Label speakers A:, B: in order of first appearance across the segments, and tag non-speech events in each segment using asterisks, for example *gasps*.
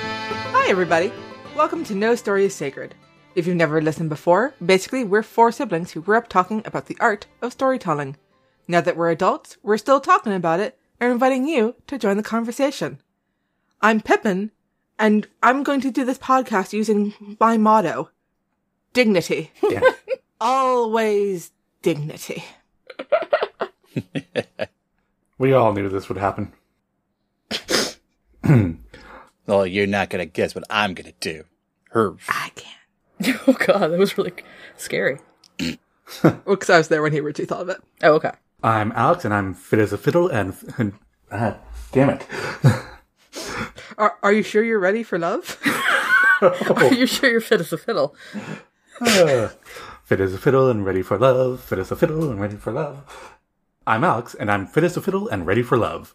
A: Hi, everybody. Welcome to No Story is Sacred. If you've never listened before, basically, we're four siblings who grew up talking about the art of storytelling. Now that we're adults, we're still talking about it and inviting you to join the conversation. I'm Pippin, and I'm going to do this podcast using my motto dignity.
B: Yeah.
A: *laughs* Always dignity.
B: We all knew this would happen.
C: Well, Oh, you're not gonna guess what I'm gonna do. Her.
A: I can't.
D: *laughs*
E: Oh god, that was really scary.
A: Well, 'cause I was there when he originally thought of it.
E: Oh
D: *laughs*
E: okay.
B: I'm Alex, and I'm fit as a fiddle, and. *laughs* and ah, damn it.
A: Are, are you sure you're ready for *laughs* love?
D: Oh.
E: Are you sure you're fit as a fiddle?
B: Ah. fit as a fiddle and ready for love. Fit as a fiddle and ready for love. I'm Alex, and I'm fit as a fiddle and ready for love.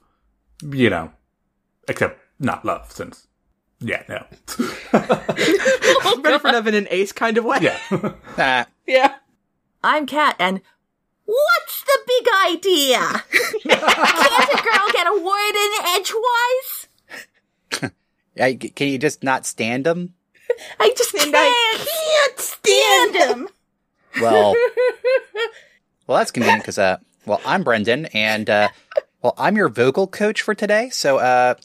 B: You know. Except not love, since. Yeah, no. *laughs*
A: *laughs* ready for love in an ace kind of way.
B: Yeah.
C: Ah,
A: *laughs* yeah.
D: I'm Kat, and what's the big *laughs* idea? Can't a girl get a word in edgewise?
C: I- can you just not stand them?
D: I just can't, can't stand him.
C: Well, well, that's convenient because, uh, well, I'm Brendan, and uh, well, I'm your vocal coach for today. So, uh,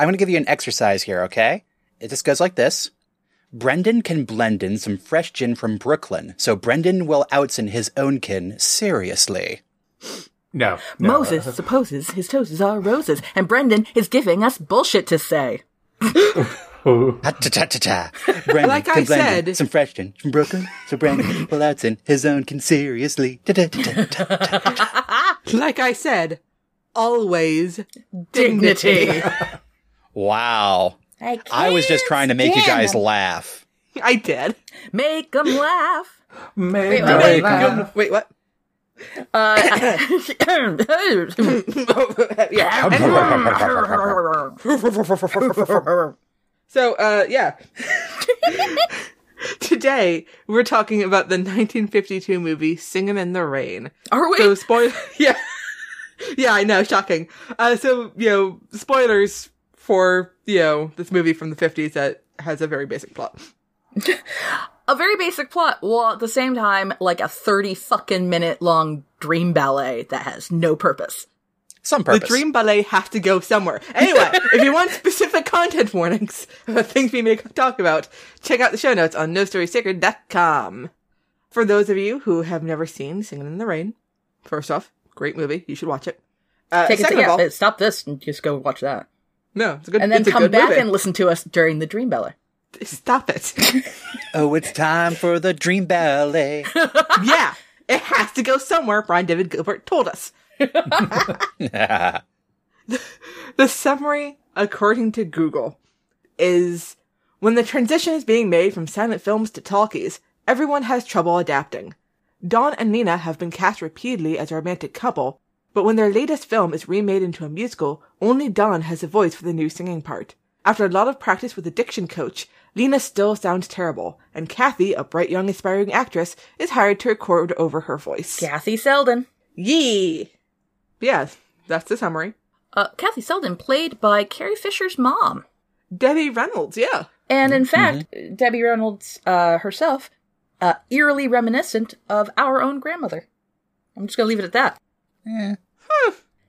C: I'm gonna give you an exercise here, okay? It just goes like this. Brendan can blend in some fresh gin from Brooklyn, so Brendan will outsin his own kin seriously.
B: No. no. *laughs*
D: Moses supposes his toes are roses, and Brendan is giving us bullshit to say.
B: Oh,
C: Ah, ta ta ta ta. *laughs* Brandon
A: Like I
C: can blend in
A: said-
C: some fresh gin from Brooklyn,
A: *laughs*
C: so Brandon will outsin his own kin seriously. Ta ta ta ta ta.
A: Like I said, always
E: Dignity.
C: Wow.
D: I,
C: I was just trying to make you guys laugh.
A: *laughs* I did.
D: make them laugh.
B: make
E: wait,
B: me
E: wait,
B: laugh.
A: Wait, what? *laughs*
D: Uh, *coughs*
A: yeah. So, uh, yeah. *laughs* Today, we're talking about the 1952 movie Singin' in the Rain.
E: Are we?
A: So, *laughs* spoil. yeah. Yeah, I know, shocking. Uh, so, you know, spoilers for, you know, this movie from the 50s that has a very basic plot.
E: a very basic plot, while at the same time, like a 30 fucking minute long dream ballet that has no purpose.
C: Some purpose.
A: The dream ballet has to go somewhere. Anyway, if you want specific content warnings about things we may talk about, check out the show notes on nostorysacred.com. For those of you who have never seen Singing in the Rain, first off, great movie. You should watch it. Uh,
E: Take a
A: second
E: second.
A: of all,
E: uh, Stop this and just go watch that.
A: no, it's a good
E: And then
A: it's a
E: come
A: good
E: back
A: movie.
E: and listen to us during the dream ballet.
A: Stop it. *laughs*
C: oh, it's time for the dream ballet. *laughs*
A: yeah, it has to go somewhere, Brian David Gilbert told us. The summary, according to Google, is when the transition is being made from silent films to talkies, everyone has trouble adapting. Don and Nina have been cast repeatedly as a romantic couple, but when their latest film is remade into a musical, only Don has a voice for the new singing part. After a lot of practice with a diction coach, Lena still sounds terrible, and Kathy, a bright young aspiring actress, is hired to record over her voice.
E: Kathy Selden.
A: Yee! Yes, that's the summary.
E: Uh, Kathy Selden played by Carrie Fisher's mom.
A: Debbie Reynolds, yeah.
E: And
A: Mm-hmm.
E: in fact, Debbie Reynolds uh, herself, uh, eerily reminiscent of our own grandmother. I'm just going to leave it at that.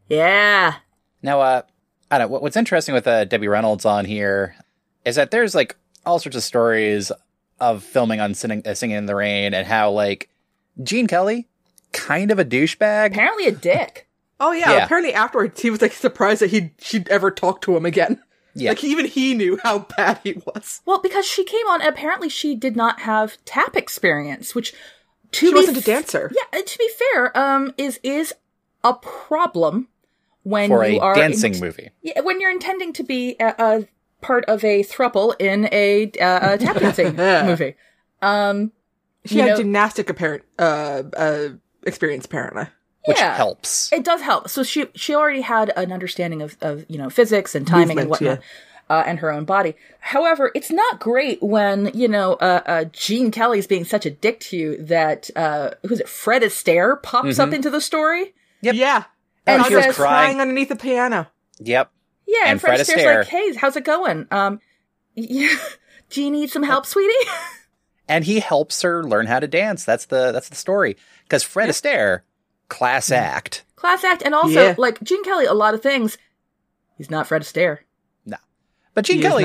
E: Yeah.
C: now, uh, I don't know. what- What's interesting with uh, Debbie Reynolds on here is that there's like all sorts of stories of filming on singing, uh, singing in the rain and how like Gene Kelly, kind of a douchebag.
E: Apparently a dick.
A: Oh yeah,
C: Yeah.
A: Apparently afterwards, he was like surprised that he she'd ever talk to him again.
C: Yeah.
A: Like even he knew how bad he was.
E: well, because she came on, apparently she did not have tap experience, which to
A: She
E: be
A: wasn't a
E: f-
A: dancer.
E: Yeah, and to be fair, um, is is a problem when
C: For
E: you
C: a
E: are
C: dancing
E: int-
C: movie.
E: Yeah, when you're intending to be a, a part of a thruple in a, uh, a tap
A: *laughs*
E: dancing movie. Um,
A: She
E: you
A: had
E: know-
A: gymnastic apparent uh uh experience apparently.
C: Which
E: yeah.
C: helps.
E: It does help. So she she already had an understanding of, of you know physics and timing and
A: Movement, yeah.
E: whatnot, uh, and her own body. However, it's not great when you know uh, uh, Gene Kelly's being such a dick to you that uh, who's it? Fred Astaire pops up into the story.
A: Yeah.
E: And
A: Cause
E: she
A: I
E: was
A: was crying
C: crying.
A: underneath the piano.
C: Yep.
E: Yeah, and,
C: And
E: Fred,
C: Fred
E: Astaire's
C: Astaire.
E: like, "Hey, how's it going?" Um, *laughs* Yeah.
D: Do you need some help, sweetie?
C: and he helps her learn how to dance. That's the that's the story. Because Fred Astaire, class
E: Mm.
C: act.
E: *laughs* Class act. And also,
A: Yeah.
E: like, Gene Kelly, a lot of things, he's not Fred Astaire.
C: But Gene
A: He is
C: Kelly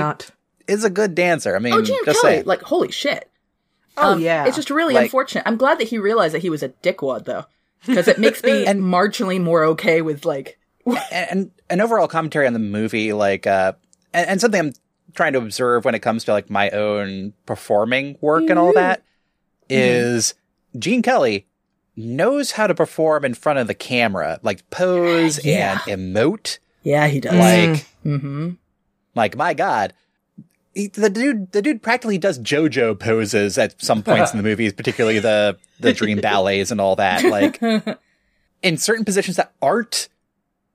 C: is,
A: not.
C: a good dancer. I mean,
E: Oh, Gene
C: just
E: Kelly.
C: saying.
E: Like, holy shit. Um,
A: Oh, yeah.
E: It's just really
C: Like-
E: unfortunate. I'm glad that he realized that he was a dickwad, though, because it makes me
C: *laughs* And-
E: marginally more okay with, like,
C: and and an overall commentary on the movie, like, uh, and, and something I'm trying to observe when it comes to like my own performing work and
E: Mm-hmm.
C: all that is Gene Kelly knows how to perform in front of the camera, like pose
E: Yeah.
C: and emote.
E: yeah, he does.
C: Like,
E: mm-hmm.
C: like my God. He, the dude, the dude practically does JoJo poses at some points in the movies, particularly the the dream ballets and all that. Like, in certain positions that aren't,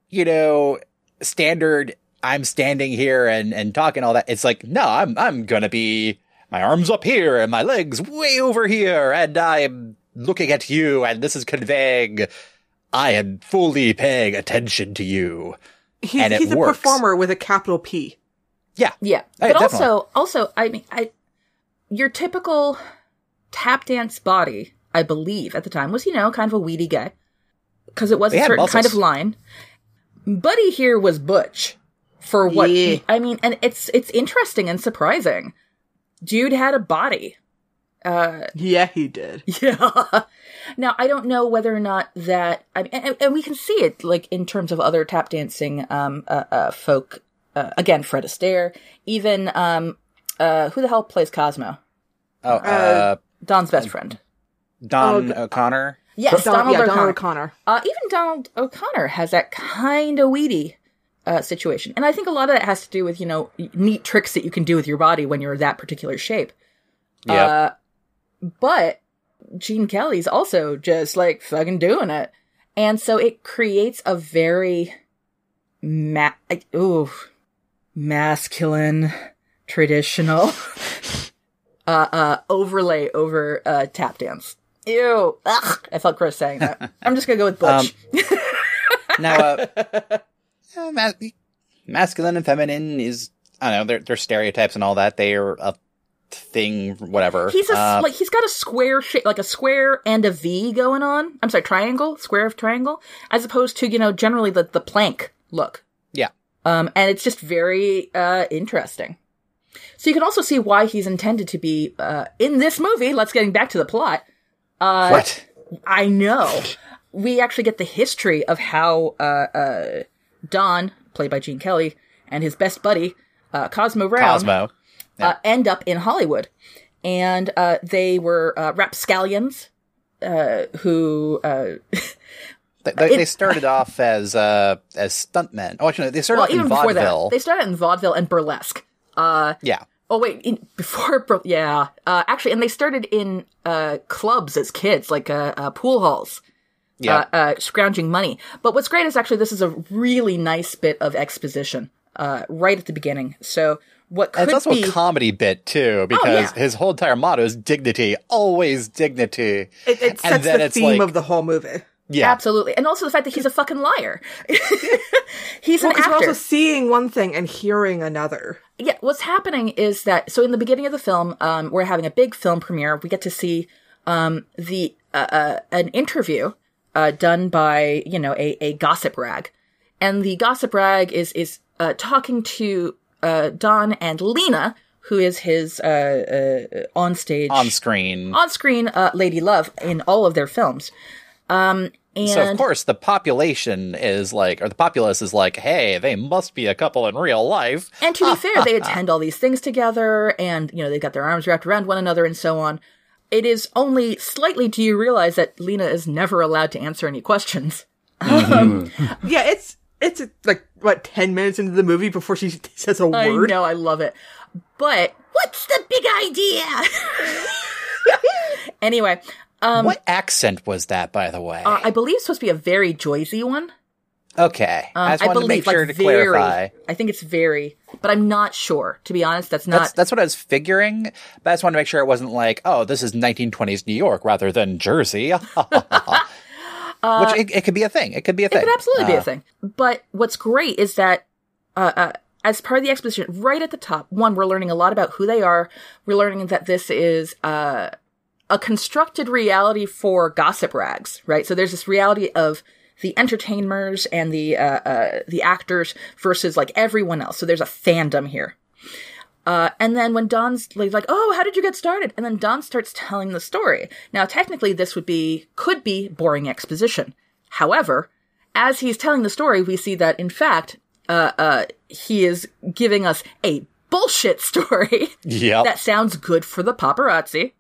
C: you know, standard. I'm standing here and and talking all that. It's like no, I'm I'm gonna be my arms up here and my legs way over here, and I'm looking at you, and this is conveying. I am fully paying attention to you.
A: He's,
C: and it
A: he's a
C: works.
A: performer with a capital P.
C: Oh, Yeah,
E: Yeah.
C: Hey,
E: But
C: definitely.
E: also, also, I mean, I, your typical tap dance body, I believe at the time was, you know, kind of a weedy guy because it was
C: They
E: a
C: had
E: certain kind
C: muscles.
E: of line. Buddy here was butch for what
A: Yeah.
E: I mean, and it's, it's interesting and surprising. Dude had a body.
A: Yeah, he did.
E: *laughs* Yeah. Now I don't know whether or not that I mean, and, and we can see it like in terms of other tap dancing um uh, uh folk uh, again Fred Astaire even um uh who the hell plays Cosmo
C: Oh, uh,
E: Don's best friend
C: Don O'Connor.
E: yes
A: Don-
E: Donald
A: yeah,
E: O'Connor
A: Donald O'Connor.
E: uh even Donald O'Connor has that kind of weedy uh situation and I think a lot of that has to do with you know neat tricks that you can do with your body when you're that particular shape
C: Yeah.
E: Uh, but Gene Kelly's also just like fucking doing it. And so it creates a very ma- like, ooh, masculine, traditional *laughs* uh, uh, overlay over uh, tap dance. Ew. Ugh. I felt gross saying that. I'm just going to go with Butch.
C: now,
A: *laughs*
C: uh, uh, mas- masculine and feminine is I don't know they're, they're stereotypes and all that. They are a thing, whatever.
E: he's a, s-
C: Uh,
E: like, he's got a square shape, like a square and a V going on. I'm sorry, triangle, square of triangle, as opposed to, you know, generally the, the plank look.
C: yeah,
E: Um, and it's just very uh, interesting. So you can also see why he's intended to be uh, in this movie. Let's getting back to the plot. Uh,
C: what?
E: I know. We actually get the history of how uh, uh, Don, played by Gene Kelly, and his best buddy uh, Cosmo Brown
C: Cosmo.
E: uh, end up in Hollywood, and uh, they were uh, rapscallions uh, who uh,
C: They, they, they started off as uh, as stuntmen. Oh, actually, no, they started
E: well
C: off
E: even
C: in
E: before that
C: vaudeville.
E: they started in vaudeville and burlesque. Uh,
C: yeah,
E: Oh wait, in, before *laughs* Bro- yeah, uh, actually, and they started in uh, clubs as kids, like uh, uh, pool halls,
C: yeah.
E: uh, uh, scrounging money. But what's great is actually this is a really nice bit of exposition uh, right at the beginning. So what
C: And
E: could
C: it's also
E: be Oh,
C: a comedy bit too, because
E: yeah.
C: his whole entire motto is dignity, always dignity.
A: It, it
C: and
A: sets
C: then
A: the
C: it's
A: theme
C: like,
A: of the whole movie.
C: yeah,
E: absolutely, and also the fact that he's a fucking liar. *laughs* he's
A: Well,
E: an
A: because
E: actor.
A: we're also seeing one thing and hearing another.
E: yeah, what's happening is that so in the beginning of the film, um, we're having a big film premiere. We get to see um, the uh, uh, an interview uh, done by you know a, a gossip rag, and the gossip rag is is uh, talking to uh, Don and Lena, who is his uh, uh, on stage
C: on screen.
E: on screen uh, lady love in all of their films. Um, and
C: So of course the population is like, or the populace is like, hey, they must be a couple in real life.
E: And to be fair,
C: *laughs*
E: they attend all these things together and, you know, they've got their arms wrapped around one another and so on. It is only slightly do you realize that Lena is never allowed to answer
C: *laughs*
E: any questions.
A: Yeah, it's it's like what ten minutes into the movie before she *laughs* says a
E: I
A: word.
E: know, I love it. But
D: What's the big idea?
E: *laughs* anyway,
C: what accent was that, by the way?
E: Um, uh, I believe it's supposed to be a very Joyzy one.
C: okay, I just
E: um, I
C: wanted
E: believe,
C: to make sure
E: like,
C: to
E: very.
C: clarify.
E: I think it's very, but I'm not sure. To be honest, that's not.
C: That's that's what I was figuring, but I just wanted to make sure it wasn't like, oh, this is 1920s New York rather than Jersey, *laughs*
E: Uh,
C: which it, it could be a thing. It could be a thing.
E: It could absolutely be a
C: Uh,
E: thing. But what's great is that uh, uh, as part of the exposition, right at the top, one, we're learning a lot about who they are. We're learning that this is uh, a constructed reality for gossip rags, right? So there's this reality of the entertainers and the uh, uh, the actors versus like everyone else. So there's a fandom here. Uh, and then when Don's like, like, oh, how did you get started? And then Don starts telling the story. Now, technically, this would be could be boring exposition. However, as he's telling the story, we see that in fact, uh, uh, he is giving us a bullshit story *laughs*
C: Yep.
E: that sounds good for the paparazzi.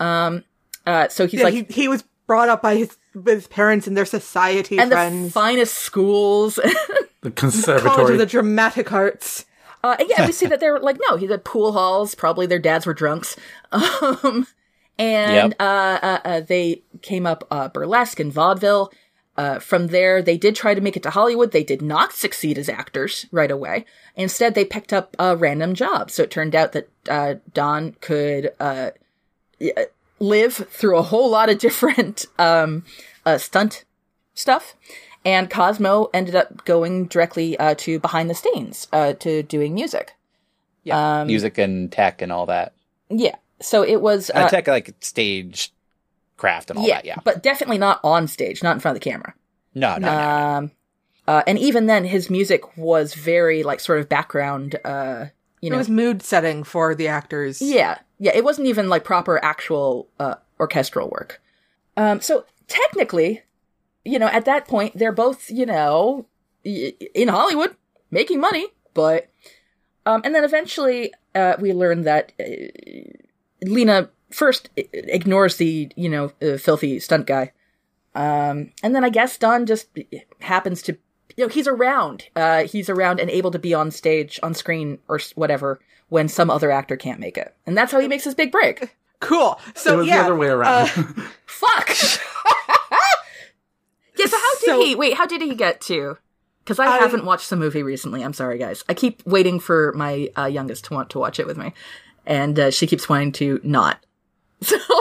E: Um, uh, so he's
A: Yeah,
E: like,
A: he, he was brought up by his, with his parents and their society
E: and the
A: friends,
E: finest schools.
B: The
A: College
B: conservatory.
A: of the Dramatic Arts.
E: Uh, and yeah, we see that they're like, no, he had pool halls. Probably their dads were drunks. *laughs* Um, and
C: Yep.
E: uh, uh, uh, they came up uh, burlesque and vaudeville. Uh, from there, they did try to make it to Hollywood. They did not succeed as actors right away. Instead, they picked up uh, random jobs. So it turned out that uh, Don could uh, y- live through a whole lot of *laughs* different um, uh, stunt stuff. And Cosmo ended up going directly uh, to behind the scenes uh, to doing music.
C: yeah.
E: um,
C: Music and tech and all that.
E: Yeah. So it was.
C: And
E: Uh,
C: tech, like stage craft and all
E: yeah,
C: that. Yeah.
E: But definitely not on stage, not in front of the camera.
C: No, no, no.
E: Um, uh, and even then, his music was very like sort of background. Uh, you know,
A: It was mood setting for the actors.
E: Yeah, yeah. It wasn't even like proper actual uh, orchestral work. Um, so technically, you know, at that point, they're both you know y- in Hollywood making money, but um, and then eventually uh, we learn that uh, Lena first i- ignores the you know uh, filthy stunt guy, um, and then I guess Don just happens to. You know, he's around. Uh, he's around and able to be on stage, on screen, or s- whatever, when some other actor can't make it, and that's how he makes his big break.
A: Cool. So
B: it was
A: yeah,
B: the other way around.
E: Fuck.
D: Yeah, so how did
A: So-
D: he wait, how did he get to?
E: Because I,
A: I-
E: haven't watched the movie recently. I'm sorry, guys. I keep waiting for my uh, youngest to want to watch it with me, and uh, she keeps wanting to not. *laughs* So
B: *laughs*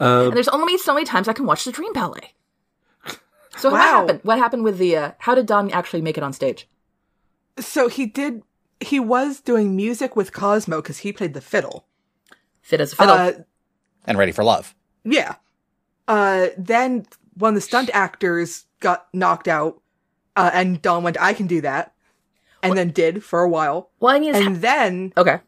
B: Uh,
E: and there's only so many times I can watch the Dream Ballet. So
A: Wow.
E: what happened? What happened with the? Uh, how did Don actually make it on stage?
A: uh, so he did. He was doing music with Cosmo because he played the fiddle.
E: Fit as a fiddle.
A: Uh,
C: And ready for love.
A: Yeah. Uh, then when the stunt actors got knocked out, uh, and Don went, I can do that. And then did for a while.
E: well, I mean, it's-
A: And then,
E: okay.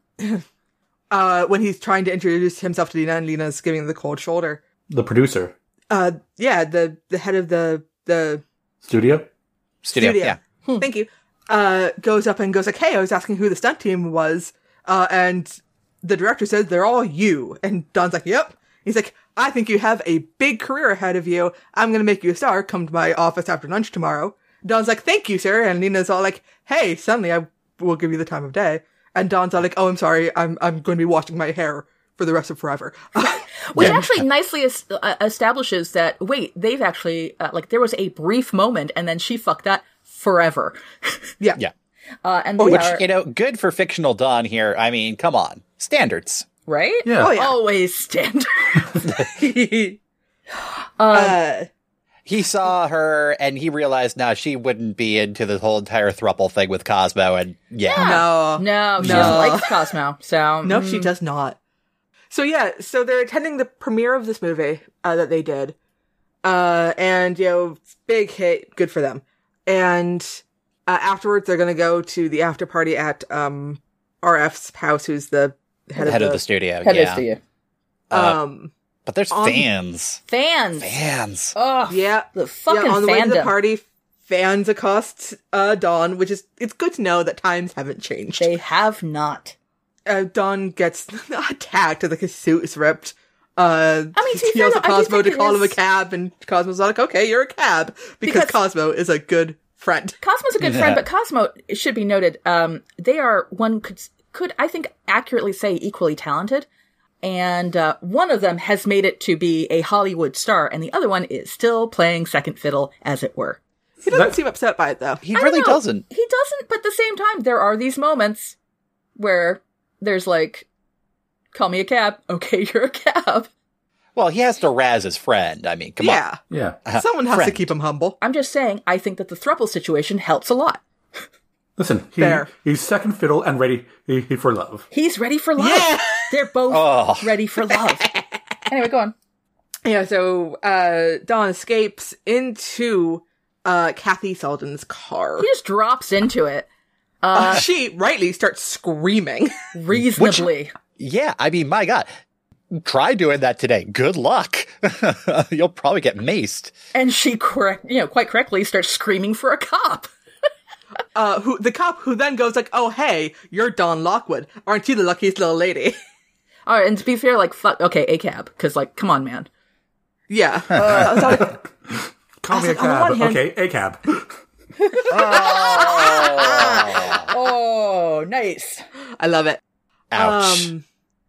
A: uh, when he's trying to introduce himself to Lena and Lena's giving the cold shoulder,
B: the producer.
A: uh, yeah, the, the head of the, the
B: Studio?
C: Studio.
A: Studio.
C: Yeah.
A: thank you, uh, goes up and goes like, hey, I was asking who the stunt team was. Uh, and the director says, they're all you. And Don's like, yep. He's like, I think you have a big career ahead of you. I'm going to make you a star. Come to my office after lunch tomorrow. Don's like, thank you, sir. And Nina's all like, hey, suddenly I will give you the time of day. And Don's all like, oh, I'm sorry. I'm, I'm going to be washing my hair for the rest of forever. *laughs*
E: Which
B: Yeah.
E: actually nicely es- uh, establishes that wait, they've actually uh, like there was a brief moment, and then she fucked that forever.
A: yeah.
C: Yeah.
E: *laughs* Uh, and they
C: Which,
E: are
C: you know, good for fictional Don here. I mean, come on. Standards.
E: right.
B: Yeah.
A: Oh, yeah.
E: Always standard. *laughs*
A: Uh,
C: He saw her and he realized now she wouldn't be into the whole entire thruple thing with Cosmo and yeah.
A: no.
E: No, she
A: No.
E: doesn't like Cosmo. So mm.
A: No, she does not. So yeah, so they're attending the premiere of this movie uh, that they did, uh, and you know, big hit, good for them. And uh, afterwards, they're gonna go to the after party at um, RF's house, who's the head,
C: Head
A: of,
C: of the uh, studio.
E: Head
C: yeah.
E: to you.
A: the um,
C: But there's
A: On-
C: fans.
E: Fans.
C: Fans.
E: Oh,
A: yeah,
E: the fucking
A: yeah, on the way to the
E: fandom.
A: party. Fans accost uh, Dawn, which is it's good to know that times haven't changed.
E: they have not.
A: uh, Don gets *laughs* attacked and like his suit is ripped. Uh,
E: I mean, to be
A: he yells
E: fair,
A: at
E: though, I do
A: Cosmo to
E: think it
A: call him a
E: is-
A: cab, and Cosmo's like, "Okay, you're a cab," because,
E: Because-
A: Cosmo is a good friend.
E: Cosmo's a good
C: Yeah.
E: friend, but Cosmo it should be noted. Um, they are one could could I think accurately say equally talented, and uh, one of them has made it to be a Hollywood star, and the other one is still playing second fiddle, as it were.
A: He doesn't
B: That-
A: seem upset by it though.
C: He
E: I
C: really
E: don't know.
C: doesn't.
E: He doesn't, but at the same time, there are these moments where there's like, call me a cab. *laughs* Okay, you're a cab.
C: Well, he has to razz his friend. I mean, come on.
A: yeah,
B: Yeah.
A: someone has
C: friend.
A: to keep him humble.
E: I'm just saying, I think that the thruple situation helps a lot.
B: Listen, he,
A: Fair.
B: he's second fiddle and ready he, he for love.
E: He's ready for love. They're both
C: *laughs* Oh.
E: ready
C: *laughs*
E: for love. anyway, go on.
A: Yeah, so uh Dawn escapes into uh Kathy Selden's car.
E: He just drops into it
A: Uh, *laughs* she rightly starts *laughs* screaming.
E: reasonably.
C: Yeah, I mean, my God. Try doing that today. Good luck. *laughs* You'll probably get maced.
E: and she correct, you know, quite correctly starts screaming for a cop.
A: Uh who the cop who then goes like, Oh hey, you're Don Lockwood. Aren't you the luckiest little lady? *laughs*
E: All right, and to be fair, like fuck, okay, a cab, because like, come on, man.
A: yeah. Uh, I was like,
B: Call me a
A: like, on the
B: cab.
A: one hand-
B: okay, a cab.
E: Oh, nice.
A: *laughs* I love it.
C: Ouch.
A: Um,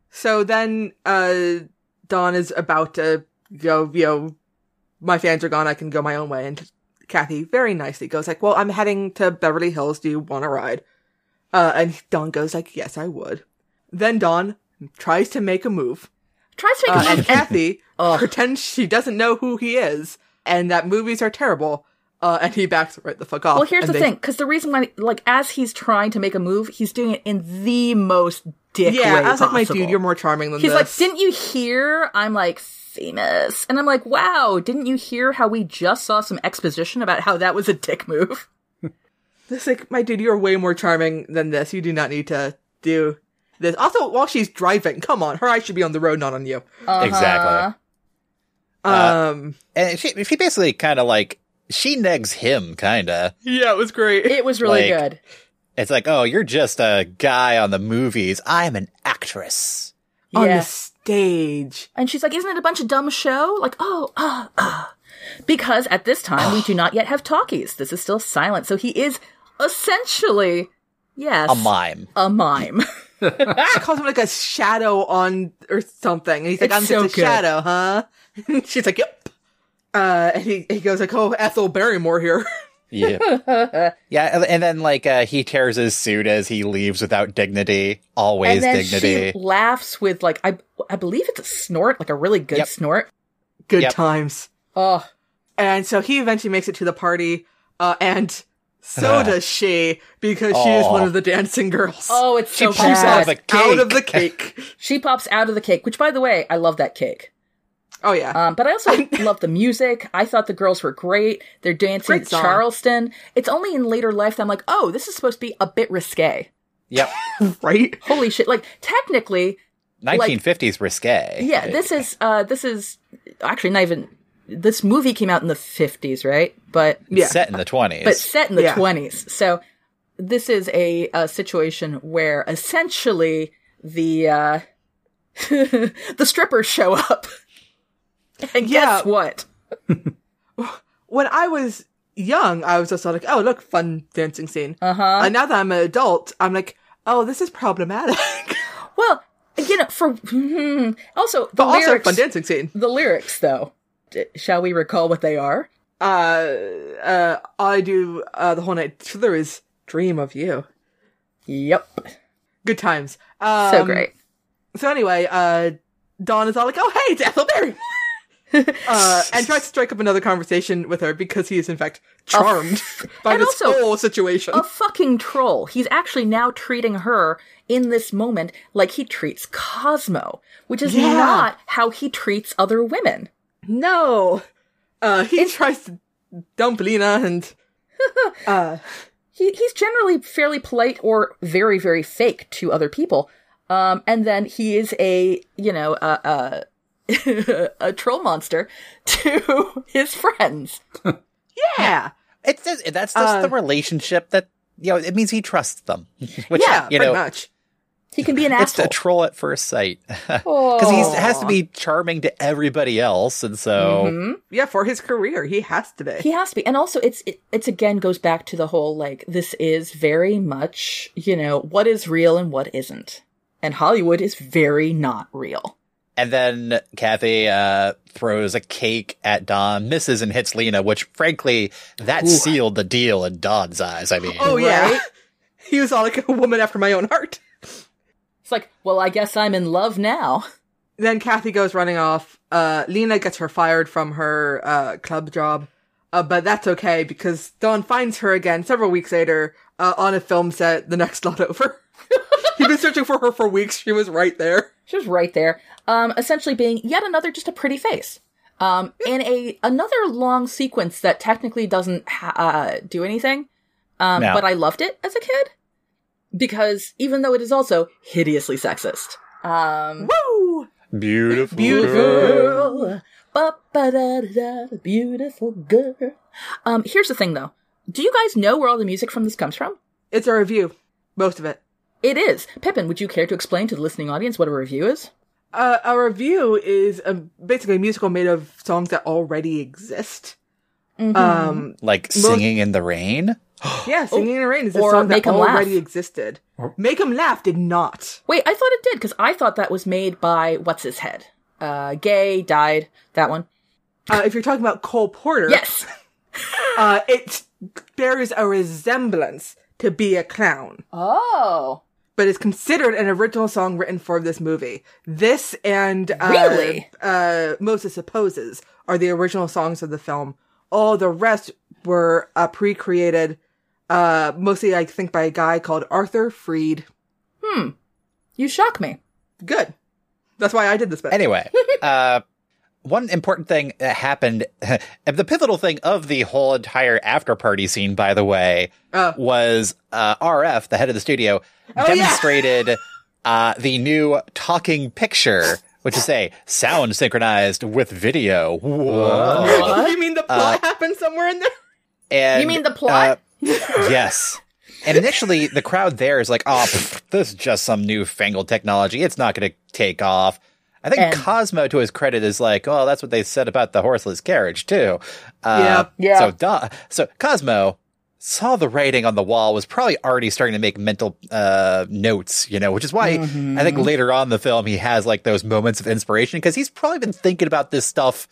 A: so then uh, Dawn is about to go, you know, my fans are gone. I can go my own way. And Kathy very nicely goes like, well, I'm heading to Beverly Hills. Do you want to ride? Uh, and Dawn goes like, yes, I would. Then Dawn tries to make a move.
E: Tries to make
A: Uh, *laughs*
E: a
A: and Kathy
E: Ugh.
A: pretends she doesn't know who he is and that movies are terrible. Uh, and he backs right the fuck off.
E: Well, here's
A: And
E: the
A: they-
E: thing, because the reason why, like, as he's trying to make a move, he's doing it in the most dick
A: Yeah,
E: way
A: I was like, my dude,
E: possible.
A: you're more charming than
E: He's
A: this.
E: like, didn't you hear? I'm like famous, and I'm like, wow, didn't you hear how we just saw some exposition about how that was a dick move?
A: It's like, my dude, you're way more charming than this. You do not need to do this. Also, while she's driving, come on, her eyes should be on the road, not on you.
E: Uh-huh.
C: Exactly.
A: Um,
C: And she, she basically kind of like, she negs him, kind of.
A: yeah, it was great.
E: It was really
C: Like-
E: good.
C: It's like, oh, you're just a guy on the movies. I'm an actress.
A: On
E: yeah.
A: the stage.
E: And she's like, Isn't it a bunch of dumb show? Like, oh, uh, uh. Because at this time, we do not yet have talkies. This is still silent. So he is essentially, yes,
C: A mime.
E: A
C: *laughs*
E: mime.
A: She calls him like a shadow on or something. And he's like,
E: It's
A: I'm
E: so
A: just a
E: good.
A: shadow, huh? *laughs* she's like, yep. Uh, and he, he goes like, oh, Ethel Barrymore here. *laughs*
C: Yeah. *laughs* yeah. and- And then, like, uh, he tears his suit as he leaves without dignity. Always
E: and then
C: dignity.
E: she laughs with, like, I, I believe it's a snort, like a really good
C: Yep.
E: snort.
A: Good
C: Yep.
A: times.
E: Oh,
A: And so he eventually makes it to the party, uh, and so does she, because she is
C: Aw.
A: one of the dancing girls.
E: oh, it's
C: She
E: so
C: pops out
E: bad.
C: of the
A: out of
C: cake.
A: the cake.
E: she pops out of the cake, which, by the way, I love that cake.
A: *laughs* Oh yeah.
E: Um, but I
C: *laughs*
E: also love the music. I thought the girls were great. They're dancing
A: Great
E: in
A: song.
E: Charleston. It's only in later life that I'm like, oh, this is supposed to be a bit risque. *laughs*
C: Yep.
A: right?
E: Holy shit. Like, technically,
C: 1950s risque.
E: Yeah, this is uh this is actually not even this movie came out in the 50s, right? But
A: Yeah.
C: Set in the 20s.
E: but set in the
A: Yeah.
E: 20s. So this is a, a situation where essentially the uh *laughs* the strippers show up. And
A: Yeah.
E: guess what?
A: When I was young, I was just like, oh, look, fun dancing scene. Uh-huh. And now that I'm an adult, I'm like, oh, this is problematic. *laughs*
E: Well, you know, for hmm, also the
A: but also
E: lyrics
A: fun dancing scene.
E: the lyrics though. D- shall we recall what they are?
A: Uh, uh, all I do uh, the whole night through is dream of you.
E: Yep.
A: Good times. Um,
E: So great.
A: So anyway, uh, Dawn is all like, oh, hey, it's Ethel Barrymore. uh, and tries to strike up another conversation with her because he is in fact charmed by
E: and
A: this
E: also-
A: whole situation.
E: a fucking troll. He's actually now treating her in this moment like he treats Cosmo, which is
A: Yeah.
E: not how he treats other women.
A: No. Uh, he tries to dump Lena and. uh,
E: He, he's generally fairly polite or very, very fake to other people. Um, and then he is a, you know, a, a, *laughs* a troll monster to his friends.
A: yeah.
C: It's just, that's just
E: uh,
C: the relationship that you know. It means he trusts them, *laughs* which
A: Yeah,
C: you
A: pretty
C: know,
A: much.
E: He can be an
C: it's
E: asshole.
C: a troll at first sight *laughs* because he has to be Mm-hmm. charming to everybody else, and so
E: Mm-hmm.
A: Yeah, for his career, he has to be.
E: He has to be, and also it's it, it's again goes back to the whole like this is very much you know what is real and what isn't, and Hollywood is very not real.
C: and then Kathy uh, throws a cake at Don, misses and hits Lena, which frankly that sealed the deal in Don's eyes. I mean,
A: oh, yeah.
E: Right?
A: *laughs* He was all like a woman after my own heart.
E: It's like, well, I guess I'm in love now. *laughs*
A: Then Kathy goes running off. Uh, Lena gets her fired from her uh, club job. Uh, but that's okay because Don finds her again several weeks later uh, on a film set the next *laughs* lot over. He'd been searching for her for weeks. She was right there.
E: She was right there. Um, essentially being yet another just a pretty face. Um, in a another long sequence that technically doesn't ha- uh, do anything. Um,
C: No.
E: but I loved it as a kid because even though it is also hideously sexist. Um,
A: Woo!
C: Beautiful.
E: Beautiful. Ba-ba-da-da-da, beautiful girl. Um, here's the thing though. Do you guys know where all the music from this comes from?
A: It's a review, most of it.
E: It is. Pippin, would you care to explain to the listening audience what a review is?
A: Uh, a review is a, basically a musical made of songs that already exist.
E: Mm-hmm.
A: Um,
C: Like singing in the rain.
A: yeah, singing in the rain is a
E: Oh, Or
A: song
E: Make
A: that
E: 'Em Laugh.
A: already existed. Make 'em laugh did not.
E: Wait, I thought it did because I thought that was made by what's his head, uh, gay died that one.
A: Uh, if you're talking about Cole Porter,
E: Yes,
A: uh, it bears a resemblance to Be a Clown,
E: Oh,
A: but is considered an original song written for this movie. This and uh,
E: Really?
A: uh, Moses Supposes are the original songs of the film. All the rest were uh, pre created, uh, mostly, I think, by a guy called Arthur Freed.
E: you shock me.
A: Good. That's why I did this bit.
C: Anyway, uh, one important thing that happened, *laughs* and the pivotal thing of the whole entire after party scene, by the way,
A: Oh.
C: was uh, RF, the head of the studio,
A: Oh, yeah.
C: demonstrated uh, the new talking picture, which is a sound synchronized with video. Whoa.
A: *laughs* you mean the
E: Uh,
A: plot happened somewhere in there?
C: And,
E: You mean the plot?
C: uh, yes. And initially, the crowd there is like, oh, pff, this is just some newfangled technology. It's not going to take off. I think
E: And-
C: Cosmo, to his credit, is like, oh, that's what they said about the horseless carriage, too. Uh,
E: Yeah. Yeah.
C: So, duh. so Cosmo saw the writing on the wall, was probably already starting to make mental uh, notes, you know, which is why I think later on in the film, he has like those moments of inspiration because he's probably been thinking about this stuff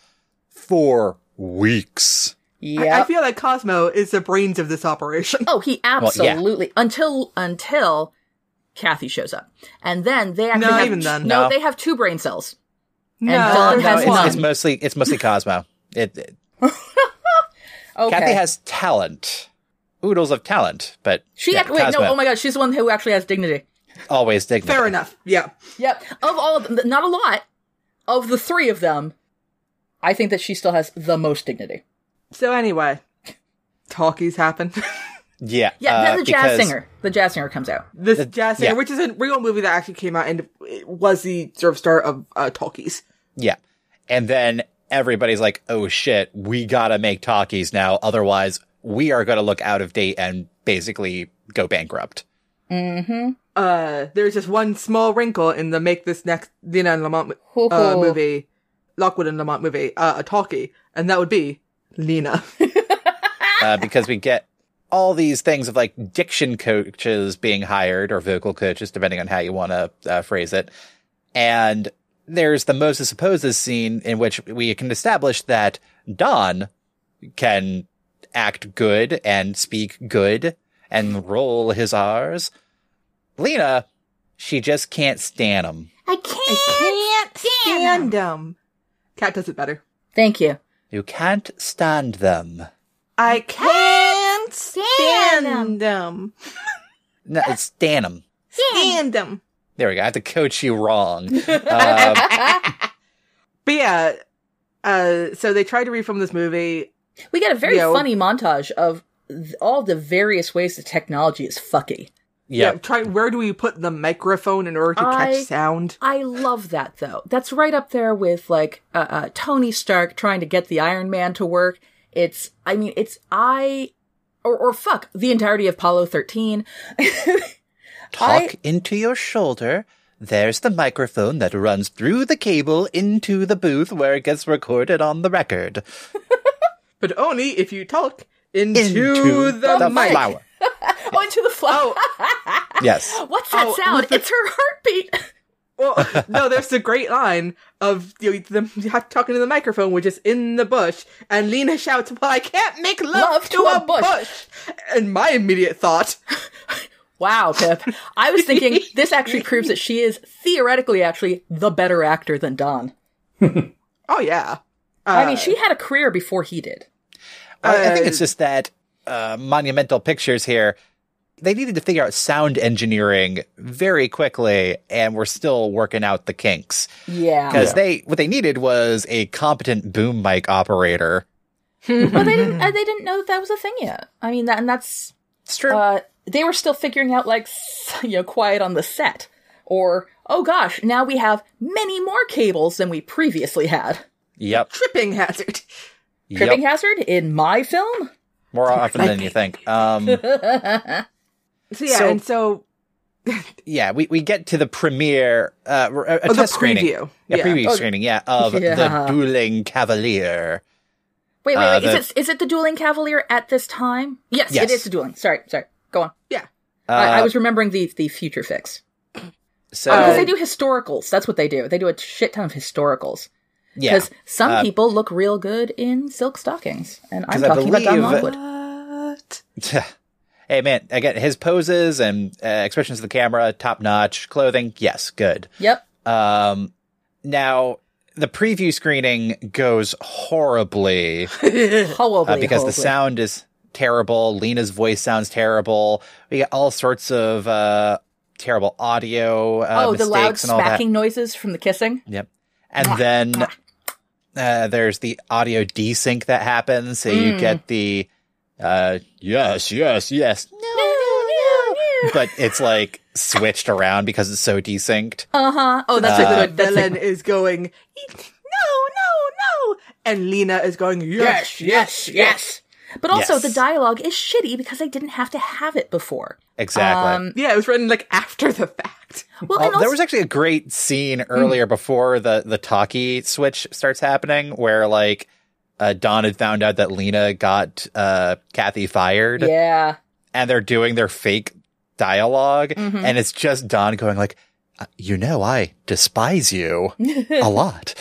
C: for weeks.
A: I, I
E: Yeah.
A: feel like Cosmo is the brains of this operation.
E: Oh, he
C: yeah.
E: absolutely until until Kathy shows up, and then they actually
A: No,
E: have
A: even then.
E: no,
C: No.
E: they have two brain cells.
A: no,
E: Don
A: there
E: has
A: was
C: it's,
E: one.
C: it's mostly it's mostly Cosmo. It, it-
E: Okay,
C: Kathy has talent, oodles of talent, but
E: she
C: yeah,
E: act- wait
C: Cosmo
E: no oh my god she's the one who actually has dignity.
C: always dignity.
A: Fair enough. Yeah.
E: Yep, of all of them, not a lot of the three of them, I think that she still has the most dignity.
A: So anyway, talkies happen. *laughs*
C: Yeah,
E: Yeah,
C: uh,
E: then the jazz
C: because-
E: singer, the jazz singer comes out.
A: this jazz singer,
C: yeah.
A: which is a real movie that actually came out and it was the sort of star of uh, talkies.
C: Yeah, and then everybody's like, "Oh shit, we gotta make talkies now, otherwise we are gonna look out of date and basically go bankrupt."
A: Uh, there's just one small wrinkle in the make this next Dina and Lamont mo- uh, movie, Lockwood and Lamont movie, uh, a talkie, and that would be Lena.
C: uh, because we get all these things of like diction coaches being hired or vocal coaches, depending on how you want to uh, phrase it. And there's the Moses supposes scene in which we can establish that Don can act good and speak good and roll his R's. Lena, she just can't stand him.
D: I can't, I can't stand,
A: and um, Cat does it better.
E: Thank you.
C: You can't stand them.
A: I can't
D: stand 'em.
A: stand them.
C: No, it's stand 'em.
A: Stand them.
C: There we go. I have to coach you wrong. Um,
A: But yeah, uh, so they tried to refilm this movie.
E: We get a very
A: Yeah, well-
E: funny montage of th- all the various ways that technology is fucky.
C: yeah.
A: try. Where do we put the microphone in order to
E: I-
A: catch sound?
E: I love that though. That's right up there with like uh, uh, Tony Stark trying to get the Iron Man to work. It's, I mean, it's I, or or fuck the entirety of Apollo thirteen. *laughs*
C: Talk into your shoulder. There's the microphone that runs through the cable into the booth where it gets recorded on the record.
A: But only if you talk into, the, mic.
C: flower.
E: oh, into the flow.
A: *laughs*
C: Yes.
E: What's that
A: Oh,
E: sound?
A: with the-
E: It's her
A: *laughs*
E: heartbeat. *laughs*
A: *laughs* Well, no, there's the great line of you know, them talking to the microphone, which is in the bush, and Lena shouts, "Well, I can't make love,
E: Love
A: to, a bush. And my immediate thought,
E: Wow, Pip. I was thinking this actually proves that she is theoretically actually the better actor than Don.
A: "Oh yeah,
E: I mean, she had a career before he did.
C: I, I think
A: Uh,
C: it's just that uh, monumental pictures here. They needed to figure out sound engineering very quickly, and we're still working out the kinks
E: Yeah.
C: because they what they needed was a competent boom mic operator.
E: well, they didn't. Uh, they didn't know that that was a thing yet. I mean, that and that's
C: It's true.
E: uh, they were still figuring out like s- you know quiet on the set or oh gosh now we have many more cables than we previously had
C: yep.
A: Tripping hazard.
E: tripping
C: yep.
E: hazard in my film
C: More often than you think. Um,
A: *laughs* So yeah,
C: So-
A: and so
C: yeah, we, we get to the premiere, uh, a, a
A: oh, the
C: test screening,
A: preview.
C: a
A: Yeah.
C: preview screening, yeah, of
E: Oh, Yeah.
C: the Dueling Cavalier.
E: wait wait wait
C: Uh, the-
E: is it is it the dueling cavalier at this time yes,
C: Yes.
E: it is the dueling sorry sorry go on
A: Yeah.
E: I, I
C: Uh, Oh.
E: was remembering the the future fix
C: So
A: Uh,
E: because they do historicals that's what they do they do a shit ton of historicals
C: yeah, Uh,
E: because some people look real good in silk stockings and i'm
C: 'Cause I
E: talking about don
C: believe-
E: lockwood
A: What?
C: *laughs* hey man, again, his poses and uh, expressions of the camera, top notch. Clothing, yes, good.
E: yep
C: Um, now the preview screening goes horribly.
E: *laughs* Probably,
C: *laughs* uh, because
E: probably.
C: the sound is terrible. Lena's voice sounds terrible. We get all sorts of uh, terrible audio uh,
E: oh the
C: mistakes
E: loud
C: and all that.
E: smacking noises from the kissing
C: Yep. And then uh, there's the audio desync that happens. So
E: Mm.
C: you get the uh, yes, yes, yes, no, no, no, but it's like switched around because it's so desynced.
E: Uh huh. Oh, that's
A: so
E: a
A: the
E: good. That's a,
A: villain is going, no, no, no. And Lena is going, yes, yes, yes.
E: but also,
C: Yes.
E: the dialogue is shitty because I didn't have to have it before.
C: Exactly.
A: Yeah, it was written like after the fact. *laughs*
E: Um, Well,
C: Oh,
E: and Mm. also,
C: there was actually a great scene earlier before the the talkie switch starts happening, where like uh, Don had found out that Lena got uh, Kathy fired,
E: yeah,
C: and they're doing their fake dialog
E: Mhm.
C: and it's just Don going like, "Uh, "You know, I despise you
E: *laughs*
C: a lot.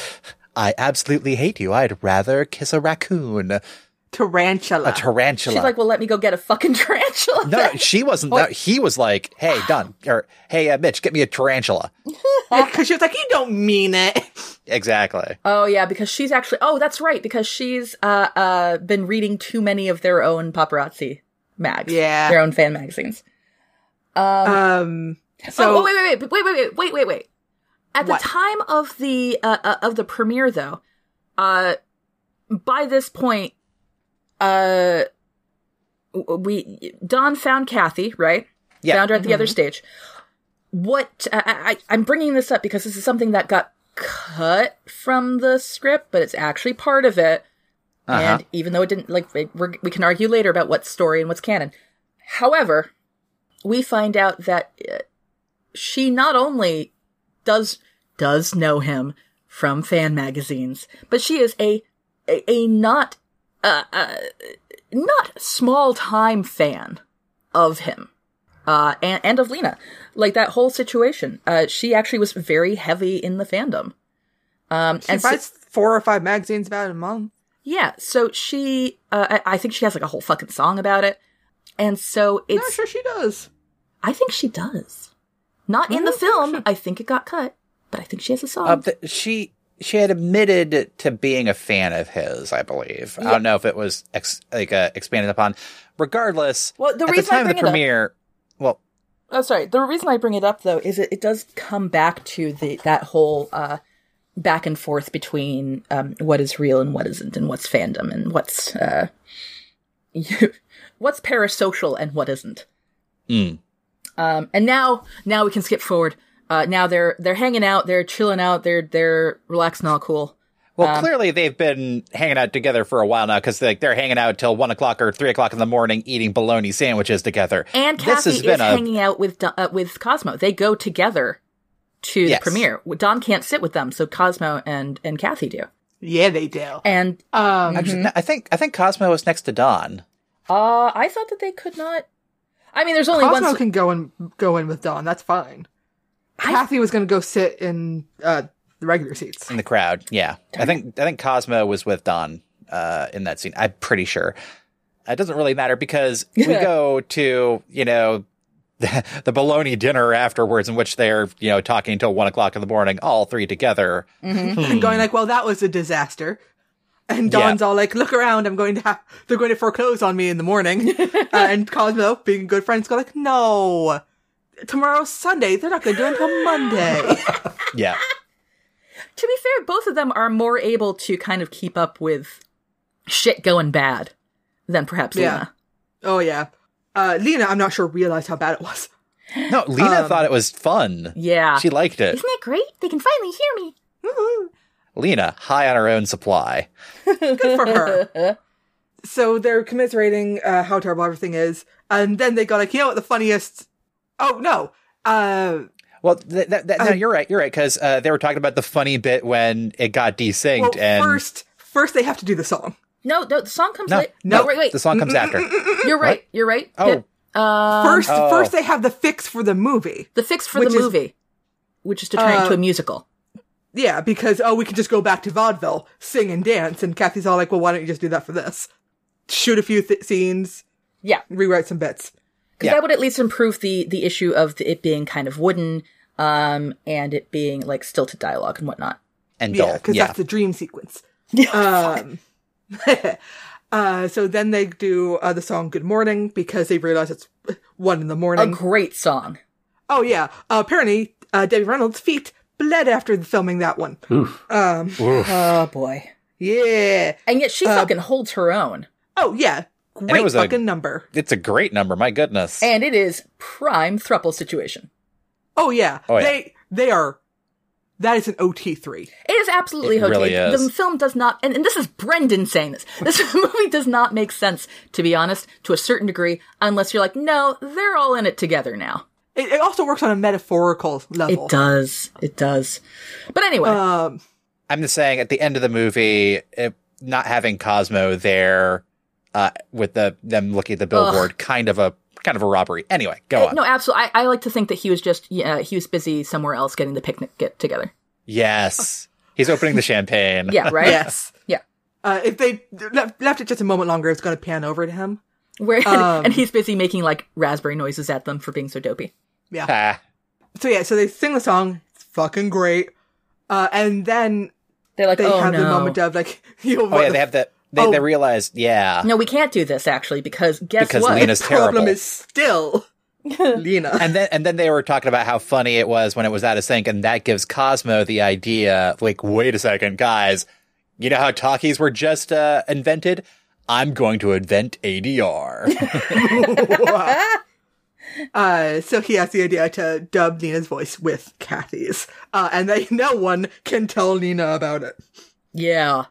C: I absolutely hate you. I'd rather kiss a raccoon, a
A: Tarantula.
C: tarantula."
E: Uh, she's like, "Well, let me go get a fucking *laughs* tarantula."
C: no, she wasn't. No, he was like,
E: *laughs*
C: "Hey, Don, or hey, uh, Mitch, get me a tarantula."
A: Because she was like, you don't mean it.
C: Exactly.
E: Oh yeah, because she's actually. Oh, that's right, because she's uh uh been reading too many of their own paparazzi mags.
A: Yeah.
E: their own fan magazines. Um.
A: Um,
E: So
A: so
E: oh, wait, wait, wait, wait, wait, wait, wait, wait, wait. At
A: What?
E: the time of the uh, uh, of the premiere, though, uh, by this point, uh, w- we Don found Kathy, right?
C: Yeah. Mm-hmm.
E: found her at the other stage. What I, I, I'm bringing this up because this is something that got cut from the script, but it's actually part of it.
C: Uh-huh.
E: And even though it didn't, like, it, we're, we can argue later about what's story and what's canon. However, we find out that uh, she not only does does know him from fan magazines, but she is a a, a not uh, uh, not small time fan of him uh, and, and of Lena. Like that whole situation, uh, she actually was very heavy in the fandom. Um,
A: she
E: and so-
A: buys four or five magazines about a month.
E: yeah, so she, uh, I, I think she has like a whole fucking song about it. And so
A: No,
E: it's,
A: sure she does.
E: I think she does. Not in the film. I think it got cut, but I think she has a song.
C: Uh, th- she she had admitted to being a fan of his, I believe. I don't know if it was ex- like uh, expanded upon. Regardless,
E: Well, the
C: at the
E: reason I
C: time of the
E: bring it up-
C: premiere, well,
E: Oh, sorry. The reason I bring it up though is it, it does come back to the that whole uh, back and forth between um, what is real and what isn't, and what's fandom and what's uh, *laughs* what's parasocial and what isn't.
C: Mm.
E: Um, and now, now we can skip forward. Uh, now they're they're hanging out, they're chilling out, they're they're relaxing, all cool.
C: well,
E: Um,
C: clearly they've been hanging out together for a while now because like they're hanging out till one o'clock or three o'clock in the morning eating bologna sandwiches together.
E: And Kathy is
C: a-
E: hanging out with Don- uh, with Cosmo. They go together to
C: Yes.
E: the premiere. Don can't sit with them, so Cosmo and and Kathy do.
A: Yeah, they do.
E: And
A: Um,
C: Actually,
E: Mm-hmm.
C: no, I think I think Cosmo was next to Don.
E: Uh, I thought that they could not. I mean, there's only
A: Cosmo
E: one.
A: can go in go in with Dawn. That's fine. Kathy was going to go sit in uh, the regular seats.
C: in the crowd. Yeah, I think I think Cosmo was with Don uh, in that scene. I'm pretty sure. It doesn't really matter
E: *laughs*
C: because we go to you know *laughs* the bologna dinner afterwards, in which they're you know talking
E: Mm.
C: until one o'clock in the morning, all three together.
A: and going like, well, that was a disaster. And
C: Yeah.
A: Don's all like, look around, I'm going to have, they're going to foreclose on me in the *laughs* morning. uh, and Cosmo, being a good friend, is going like, no, tomorrow's Sunday. They're not going to do it until *laughs* Monday.
C: Yeah.
E: To be fair, both of them are more able to kind of keep up with shit going bad than perhaps
A: Yeah.
E: Luna.
A: oh yeah. Uh, Lena, I'm not sure, realized how bad it was. *laughs*
C: No,
E: *laughs*
C: Lena thought it was fun.
E: Um, Yeah.
C: She liked it.
D: Isn't it great? They can finally hear me.
C: Lena, high on her own supply.
A: Good for her. so they're commiserating uh, how terrible everything is. And then they go like, you know what the funniest? Oh no. Uh,
C: Well, th- th- th- no, you're right. You're right because uh, they were talking about the funny bit when it got desynced,
A: well,
C: and
A: first, first they have to do the song.
E: No, no, the song comes
C: no,
E: late.
C: no,
E: wait, wait.
C: the song comes after.
E: You're right. You're right.
C: Oh.
E: Pip. Um,
A: First,
C: oh.
A: first they have the fix for the movie.
E: the fix for
A: which
E: the
A: is- Uh,
E: movie, which is to turn it into a musical.
A: Yeah, because oh, we could just go back to vaudeville, sing and dance. And Kathy's all like, well, why don't you just do that for this? Shoot a few th- scenes,
E: Yeah.
A: rewrite some bits.
E: because
C: Yeah.
E: that would at least improve the the issue of the, it being kind of wooden um and it being like stilted dialogue and whatnot
C: and
A: Yeah,
C: dull.
A: because
C: yeah.
A: that's the dream sequence. um, *laughs* uh, so then they do uh, the song "Good Morning" because they realize it's one in the
E: a
A: morning.
E: great song
A: oh yeah, uh, apparently uh, Debbie Reynolds' feet bled after filming that one.
B: Oof. Oof.
E: oh boy
A: Yeah.
E: and yet
A: Uh,
E: she fucking holds her own
A: Oh yeah, great
C: was a-
A: fucking number.
C: it's a great number. My goodness.
E: and it is prime thruple situation
A: Oh yeah,
C: Oh, yeah.
A: they they are. That is an OT three.
E: it is absolutely
C: It really
E: hotated. the
C: is.
E: film does not and, and this is brendan saying this this *laughs* movie does not make sense to be honest to a certain degree unless you're like no they're all in it together now
A: It, it also works on a metaphorical level.
E: it does it does but anyway
A: Um,
C: I'm just saying, at the end of the movie, it, not having Cosmo there uh, with the them looking at the billboard, kind of a kind of a robbery. Anyway, go on.
E: No, absolutely. I, I like to think that he was just yeah, he was busy somewhere else getting the picnic get together.
C: Yes, he's opening the champagne. *laughs*
E: Yeah, right.
A: yes.
E: Yeah.
A: Uh, if they left, left it just a moment longer, it's going to pan over to him.
E: Where *laughs*
A: Um,
E: and he's busy making like raspberry noises at them for being so dopey.
A: Yeah.
C: Ah,
A: So yeah, so they sing the song. It's fucking great. Uh, and then
E: They're like,
A: they
E: oh
A: have
E: no,
A: the moment of like, *laughs* you know,
C: oh yeah, they have the they,
A: Oh.
C: they realize yeah
E: no, we can't do this actually because guess
C: because
E: what?
C: Lena's
A: problem
C: terrible.
A: is
E: *laughs*
A: still Lena.
C: and then and then they were talking about how funny it was when it was out of sync, and that gives Cosmo the idea. Like, wait a second, guys, you know how talkies were just uh, invented? I'm going to invent
E: *laughs*
C: ADR.
A: *laughs* Uh, so he has the idea to dub Nina's voice with Kathy's, uh, and they no one can tell Nina about it.
E: yeah.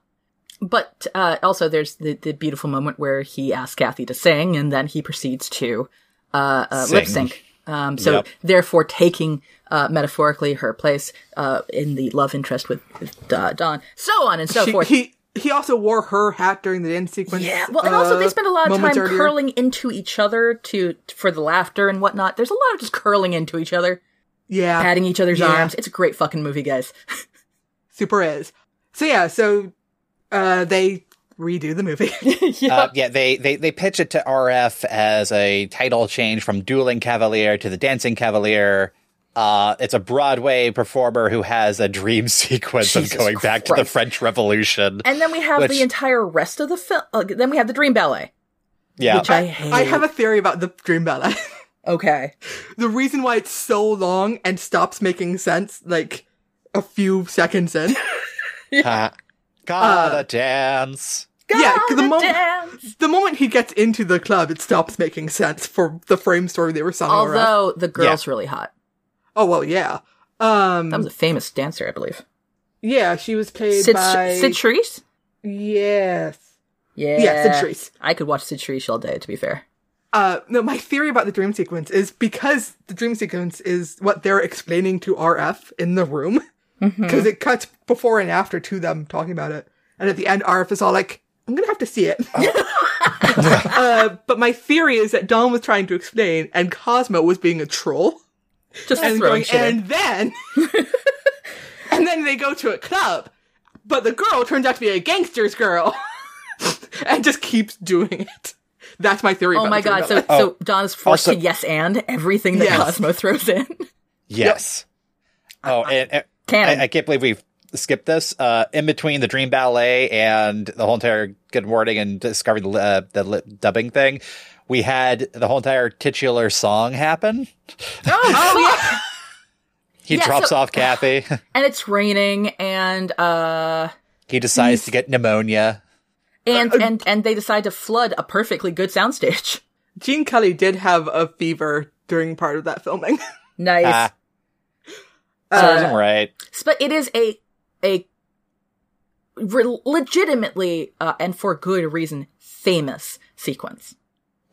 E: But uh, also, there's the, the beautiful moment where he asks Kathy to sing, and then he proceeds to uh, uh,
C: Sing.
E: lip sync. Um, so,
C: Yep.
E: therefore, taking uh, metaphorically her place uh, in the love interest with, with uh, Don, so on and so
A: She-
E: forth.
A: he he also wore her hat during the dance sequence.
E: Yeah. Well, and also
A: uh,
E: they spend a lot of time
A: moments earlier.
E: curling into each other to for the laughter and whatnot. There's a lot of just curling into each other,
A: Yeah,
E: patting each other's
A: Yeah.
E: arms. It's a great fucking movie, guys. *laughs*
A: super is. So yeah, so uh, they redo the movie.
C: Uh, yeah, they, they they pitch it to RF as a title change from Dueling Cavalier to the Dancing Cavalier. Uh, it's a Broadway performer who has a dream *laughs* sequence
E: Jesus
C: of going back to the
E: Christ.
C: French Revolution.
E: And then we have
C: Which-
E: the entire rest of the film. Uh, then we have the Dream Ballet,
C: yeah,
E: which I hate.
A: I have a theory about the Dream Ballet. *laughs*
E: okay.
A: the reason why it's so long and stops making sense like a few seconds
E: *laughs*
A: in.
C: Ha. Uh-huh. gotta
E: Uh,
C: dance.
A: yeah, 'cause the
E: Gotta
A: moment
E: dance.
A: the moment he gets into the club, it stops making sense for the frame story they were selling. around.
E: Although the girl's really hot.
A: oh well, yeah,
E: That
A: um,
E: was a famous dancer, I believe.
A: yeah, she was played
E: Sid,
A: by
E: Sid Charisse?
A: yes,
E: Yeah.
A: yeah, Sid Charisse.
E: I could watch Sid Charisse all day, to be fair.
A: Uh, no, my theory about the dream sequence is because the dream sequence is what they're explaining to RF in the room, because
E: Mm-hmm.
A: it cuts before and after to them talking about it, and at the end, RF is all like, "I'm gonna have to see it." *laughs* uh, but my theory is that Don was trying to explain, and Cosmo was being a troll
E: Just
A: and going,
E: throwing shit. in.
A: and
E: *laughs*
A: then, and then they go to a club, but the girl turns out to be a gangster's girl, *laughs* and just keeps doing it. That's my theory.
E: Oh
A: about
E: my
A: the dream
E: god!
A: ballet.
E: So, so Don is forced
C: Also-
E: to yes and everything that
A: Yes.
E: Cosmo throws in. *laughs*
C: Yes. Oh, and, and
E: Canon.
C: I, I can't believe we've skip this uh, in between the Dream Ballet and the whole entire Good Morning and discovering the uh, the lip dubbing thing. We had the whole entire titular song happen.
E: Oh, yeah.
C: He
E: Yeah,
C: drops
E: so-
C: off
E: *sighs*
C: Kathy. *laughs*
E: And it's raining, and uh,
C: he decides to get pneumonia.
A: Uh,
E: and and and they decide to flood a perfectly good soundstage.
A: Gene Kelly did have a fever during part of that filming. *laughs* Uh,
E: Nice.
C: Ah,
E: Uh,
C: serves him right.
E: but it is a a re- legitimately uh, and for good reason famous sequence.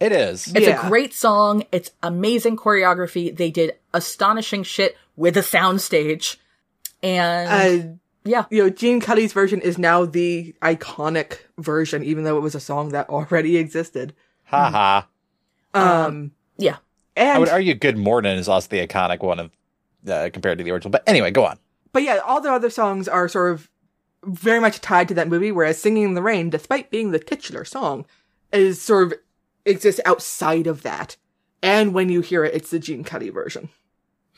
C: It is.
E: It's
A: Yeah.
E: a great song. It's amazing choreography. They did astonishing shit with a soundstage, and
A: Uh,
E: yeah,
A: you know, Gene Kelly's version is now the iconic version, even though it was a song that already *laughs* existed.
C: Ha ha.
A: Um,
E: Uh-huh. yeah.
A: and
C: I would argue Good Morning is also the iconic one of uh, compared to the original. But anyway, go on.
A: but yeah, all the other songs are sort of very much tied to that movie, whereas Singing in the Rain, despite being the titular song, is sort of exists outside of that. And when you hear it, it's the Gene Kelly version,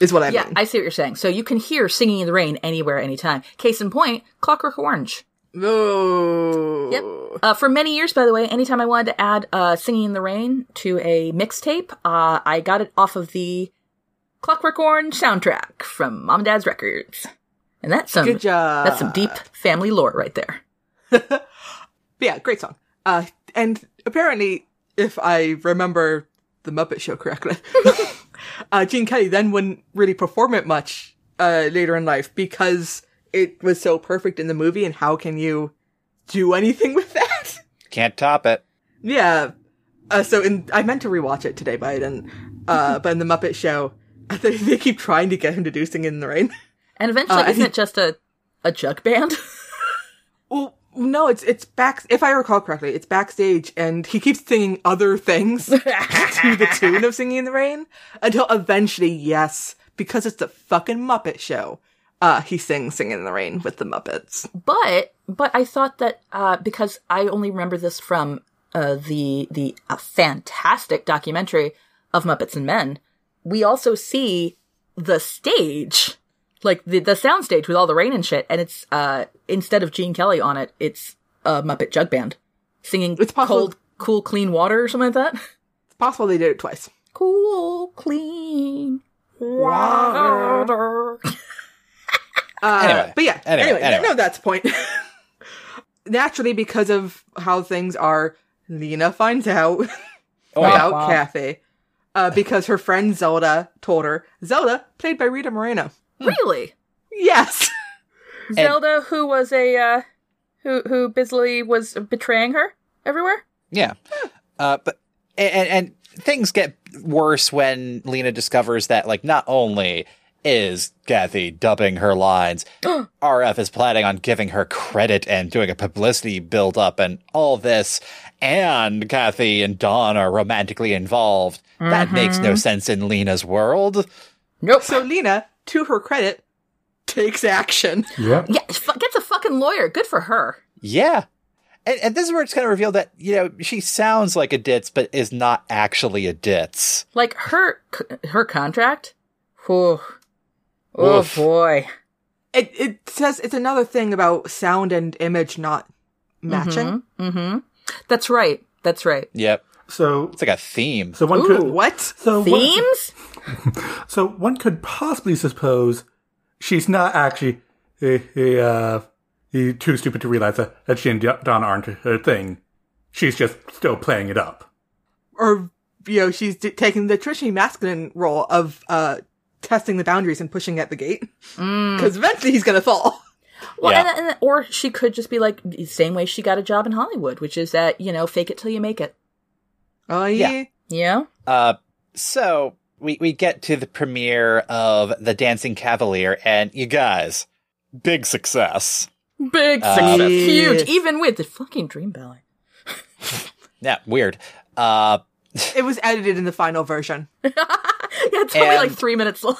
A: is what I
E: yeah,
A: mean.
E: I see what you're saying. So you can hear "Singing in the Rain" anywhere, anytime. Case in point, Clockwork Orange.
A: oh.
E: Yep. Uh, for many years, by the way, anytime I wanted to add uh, "Singing in the Rain" to a mixtape, uh, I got it off of the Clockwork Orange soundtrack from Mom and Dad's records, and that's some
A: Good job.
E: Um, that's some deep family lore right there.
A: But yeah, great song. Uh, and apparently, if I remember the Muppet Show correctly, *laughs* uh, Gene Kelly then wouldn't really perform it much uh, later in life because it was so perfect in the movie. And how can you do anything *laughs* with that?
C: Can't top it.
A: yeah. Uh, so in, I meant to rewatch it today, but I didn't. Uh, but in the Muppet Show, *laughs* they, they keep trying to get him to do "Sing in the Rain."
E: And eventually,
A: Uh,
E: isn't it just a a jug band? *laughs*
A: Well, no, it's it's back. If I recall correctly, it's backstage, and he keeps singing other things *laughs* to the tune of "Singing in the Rain" until eventually, yes, because it's the fucking Muppet Show. Uh, he sings "Singing in the Rain" with the Muppets.
E: but but I thought that uh, because I only remember this from uh, the the uh, fantastic documentary of Muppets and Men, we also see the stage, like the the sound stage with all the rain and shit, and it's uh, instead of Gene Kelly on it, it's a Muppet jug band singing
A: It's possible-
E: cold, cool, clean water or something like that.
A: It's possible they did it twice.
E: cool, clean
A: Wow.
E: water.
A: Uh,
C: Anyway.
A: but yeah,
C: Anyway,
A: anyway,
C: anyway.
A: no, that's the point. *laughs* Naturally, because of how things are, Lena finds out
C: *laughs* Oh, yeah.
A: about
E: wow.
A: Kathy uh, because her friend Zelda told her. Zelda, played by Rita Moreno.
E: really.
A: Yes.
E: Zelda, who was a uh, who who busily was betraying her everywhere.
C: Yeah. Uh, but and, and things get worse when Lena discovers that like not only is Kathy dubbing her lines, RF is planning on giving her credit and doing a publicity build up and all this, and Kathy and Don are romantically involved. That makes no sense in Lena's world.
E: Nope.
A: So Lena, to her credit, takes action.
B: Yep.
E: Yeah, fu- gets a fucking lawyer. Good for her.
C: Yeah. And, and this is where it's kind of revealed that, you know, she sounds like a ditz, but is not actually a ditz.
E: Like her c- her contract. Whew. Oh
C: Oof.
E: boy.
A: It it says it's another thing about sound and image not matching.
E: Mm-hmm. That's right. That's right.
C: Yep.
B: So,
C: It's like a theme.
B: so one
E: Ooh.
B: could.
A: What?
B: So one,
E: Themes.
B: so one could possibly suppose she's not actually eh, eh, uh, eh, too stupid to realize that, that she and Don aren't a thing. She's just still playing it up.
A: Or you know, she's d- taking the Trishy masculine role of uh testing the boundaries and pushing at the gate because eventually he's gonna fall.
E: Well,
C: Yeah.
E: and, and, or she could just be like the same way she got a job in Hollywood, which is that you know, fake it till you make it.
A: Oh
C: Yeah.
A: yeah.
E: Yeah.
C: Uh, so we, we get to the premiere of The Dancing Cavalier, and you guys, big success.
E: Big
C: Uh,
E: success.
A: Yes.
E: Huge. Even with the fucking dream ballet. *laughs*
C: Yeah, weird. Uh,
A: It was edited in the final version.
E: Yeah, it's only like
C: And-
E: three minutes long.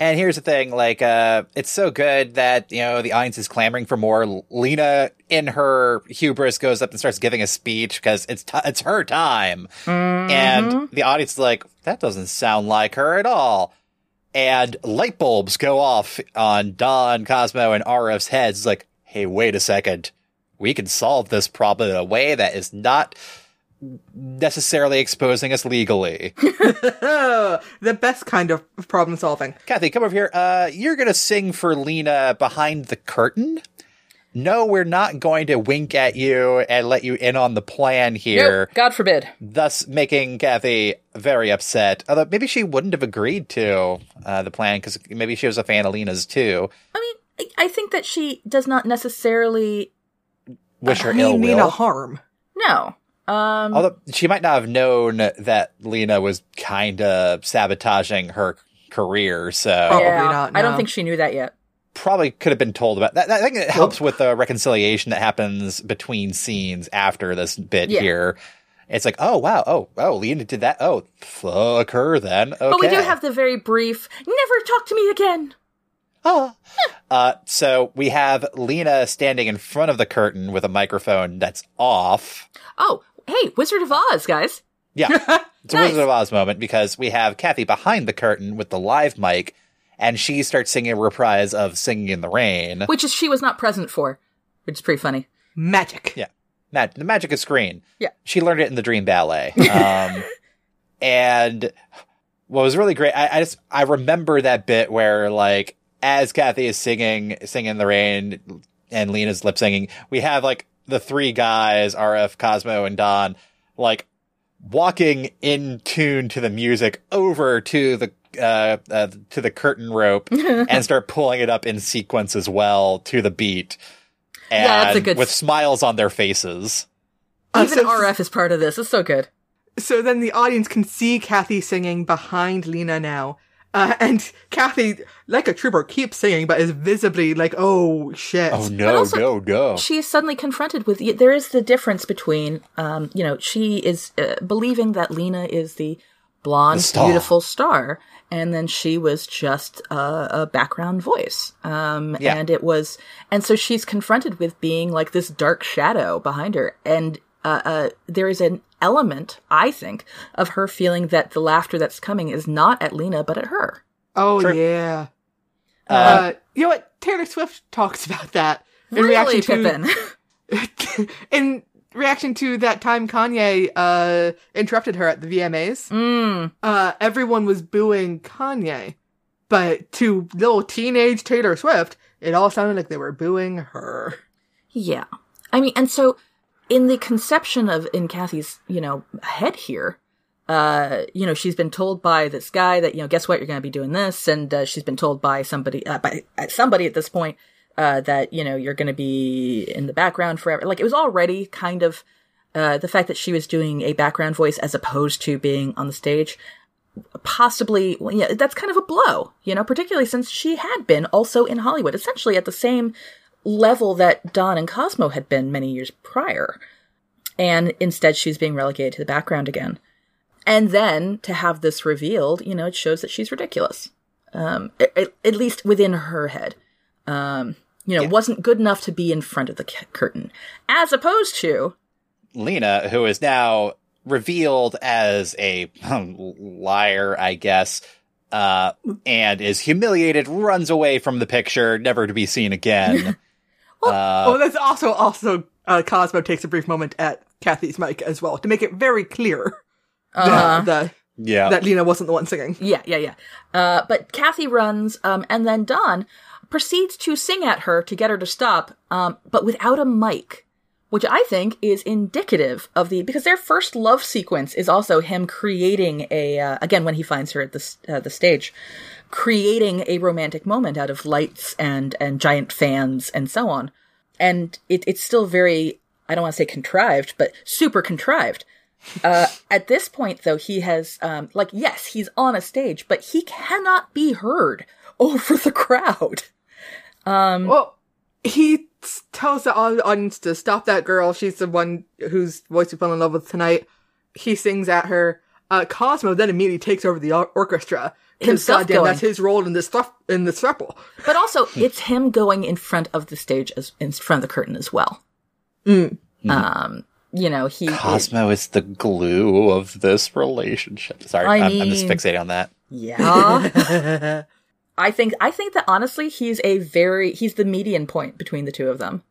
C: and here's the thing, like, uh, it's so good that, you know, the audience is clamoring for more. Lena, in her hubris, goes up and starts giving a speech because it's, t- it's her time. And the audience is like, that doesn't sound like her at all. and light bulbs go off on Don, Cosmo, and RF's heads. It's like, hey, wait a second. We can solve this problem in a way that is not necessarily exposing us legally.
A: the best kind of problem solving.
C: Kathy, come over here. Uh, you're going to sing for Lena behind the curtain. No, we're not going to wink at you and let you in on the plan here,
E: Nope, God forbid.
C: thus making Kathy very upset. Although maybe she wouldn't have agreed to uh, the plan because maybe she was a fan of Lena's too.
E: I mean, I I think that she does not necessarily
C: Wish her
A: I
C: ill
A: mean, mean
C: will.
A: a harm.
E: no. Um,
C: Although she might not have known that Lena was kind of sabotaging her career, so
A: Probably
E: yeah,
A: not,
E: I don't
A: no.
E: think she knew that yet.
C: probably could have been told about that. I think it helps with the reconciliation that happens between scenes after this bit
E: Yeah.
C: here. It's like, oh wow, oh oh, Lena did that. Oh, fuck her then. Okay.
E: But we do have the very brief "never talk to me again."
C: Ah. Uh, so we have Lena standing in front of the curtain with a microphone that's off.
E: Oh, hey, Wizard of Oz, guys. *laughs*
C: Yeah. It's a
E: Nice.
C: Wizard of Oz moment because we have Kathy behind the curtain with the live mic, and she starts singing a reprise of Singing in the Rain.
E: Which is she was not present for, which is pretty funny.
A: Magic.
C: Yeah. Mag- the magic of screen.
E: Yeah.
C: She learned it in the Dream Ballet.
E: *laughs*
C: Um, and what was really great, I, I just, I remember that bit where, like, as Kathy is singing, singing in the rain and Lena's lip singing, we have, like, the three guys, RF, Cosmo, and Don, like, walking in tune to the music over to the uh, uh to the curtain
E: *laughs*
C: rope and start pulling it up in sequence as well to the beat and
E: Yeah, that's a good
C: with
E: s-
C: smiles on their faces
A: Uh,
E: Even
A: so-
E: RF is part of this. It's so good.
A: So then the audience can see Kathy singing behind Lena now. Uh, *laughs* and Kathy, like a trooper, keeps singing, but is visibly like, oh shit.
C: oh no
E: also-
C: no no
E: She is suddenly confronted with. There is the difference between, um, you know, she is uh, believing that Lena is the blonde,
C: The star.
E: beautiful star, and then she was just a, a background voice. Um,
C: Yeah.
E: and it was, and so she's confronted with being like this dark shadow behind her, and uh, uh, there is an element, I think, of her feeling that the laughter that's coming is not at Lena but at her.
A: Oh
C: True.
A: yeah. Uh, you know what? Taylor Swift talks about that in
E: Really,
A: reaction
E: Pippin. *laughs*
A: to *laughs* in reaction to that time Kanye uh, interrupted her at the VMAs.
E: Mm.
A: Uh, everyone was booing Kanye, but to little teenage Taylor Swift, it all sounded like they were booing her.
E: Yeah. I mean, and so in the conception of in Kathy's, you know, head here, uh, you know, she's been told by this guy that, you know, guess what, you're going to be doing this, and uh, she's been told by somebody, uh, by uh, somebody at this point, uh, that you know you're going to be in the background forever. Like it was already kind of uh, the fact that she was doing a background voice as opposed to being on the stage. Possibly, well, yeah, that's kind of a blow, you know, particularly since she had been also in Hollywood, essentially at the same level that Don and Cosmo had been many years prior. And instead, she's being relegated to the background again. And then to have this revealed, you know, it shows that she's ridiculous. Um, a- a- at least within her head. Um, you know, wasn't good enough to be in front of the c- curtain. As opposed to,
C: lena who is now revealed as a um, liar i guess uh and is humiliated runs away from the picture never to be seen again uh,
A: oh, that's also also uh, Cosmo takes a brief moment at Kathy's mic as well to make it very clear that,
C: Uh-huh.
E: uh,
A: that,
C: *laughs* yeah
A: that Lena wasn't the one singing.
E: Yeah, yeah, yeah. Uh, but Kathy runs, um, and then Don proceeds to sing at her to get her to stop, um, but without a mic, which I think is indicative of the because their first love sequence is also him creating a uh, again when he finds her at the s- uh, the stage, creating a romantic moment out of lights and and giant fans and so on, and it, it's still very I don't want to say contrived, but super contrived. Uh, at this point, though, he has, um, like, yes, he's on a stage, but he cannot be heard *laughs* over the crowd.
C: um,
A: Well, he s- tells the au- audience to stop that girl. She's the one whose voice we fell in love with tonight. He sings at her. Uh, Cosmo then immediately takes over the or- orchestra. 'Cause
E: Himself
A: goddamn,
E: going.
A: that's his role in this stuff in this thruple.
E: But also, it's him going in front of the stage, as in front of the curtain as well. Um, you know, he.
C: cosmo is the glue of this relationship sorry
E: I
C: I'm, I'm just
E: mean-
C: fixated on that
E: Yeah. I think I think that honestly he's a very he's the median point between the two of them.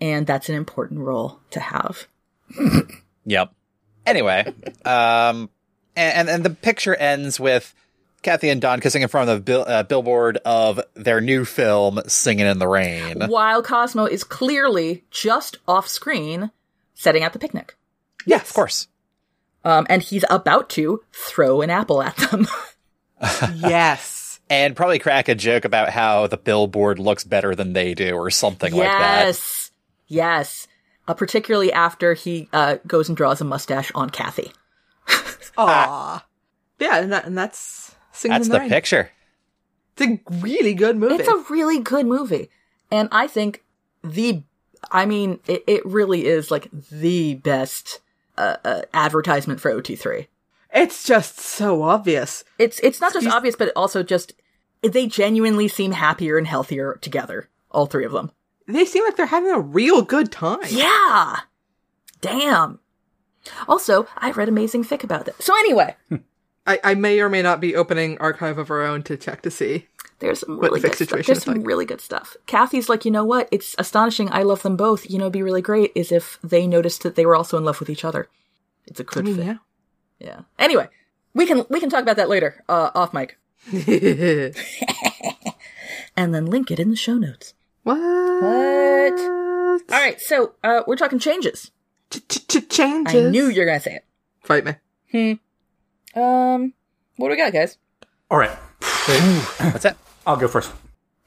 E: And that's an important role to have.
C: Yep. Anyway, um, and, and and the picture ends with Kathy and Don kissing in front of the bill, uh, billboard of their new film, Singing in the Rain.
E: While Cosmo is clearly just off screen setting out the picnic.
C: Yeah, of course.
E: Um, and he's about to throw an apple at them.
A: *laughs*
C: *laughs*
A: yes.
C: And probably crack a joke about how the billboard looks better than they do or something *laughs* like that.
E: yes. Yes. Uh, particularly after he uh, goes and draws a mustache on Kathy.
A: Aw. Yeah, and, that, and that's singing
C: That's
A: in
C: the
A: rain.
C: picture.
A: It's a really good movie.
E: It's a really good movie. And I think the, I mean, it, it really is like the best uh, uh, advertisement for OT3.
A: It's just so obvious.
E: It's, it's not just obvious, but also just, they genuinely seem happier and healthier together, all three of them.
A: They seem like they're having a real good time.
E: Yeah! Damn. Also, I read Amazing Fic about this. So anyway,
A: I, I may or may not be opening Archive of Our Own to check to see.
E: There's some
A: What
E: really
A: the
E: good
A: fic
E: stuff.
A: situation
E: There's
A: is
E: some
A: like.
E: really good stuff. Kathy's like, you know what? It's astonishing. I love them both. You know, it'd be really great is if they noticed that they were also in love with each other. It's a
A: I
E: good
A: mean,
E: fit.
A: yeah.
E: Yeah. Anyway, we can we can talk about that later, uh, off mic, and then link it in the show notes.
A: *laughs* what?
E: What? All right. So uh, we're talking changes.
A: Changes.
E: I knew you were gonna say
A: Fight me.
E: it. Hmm. Um. What do we got, guys?
B: All right. Eh,
C: What's that?
B: I'll go first.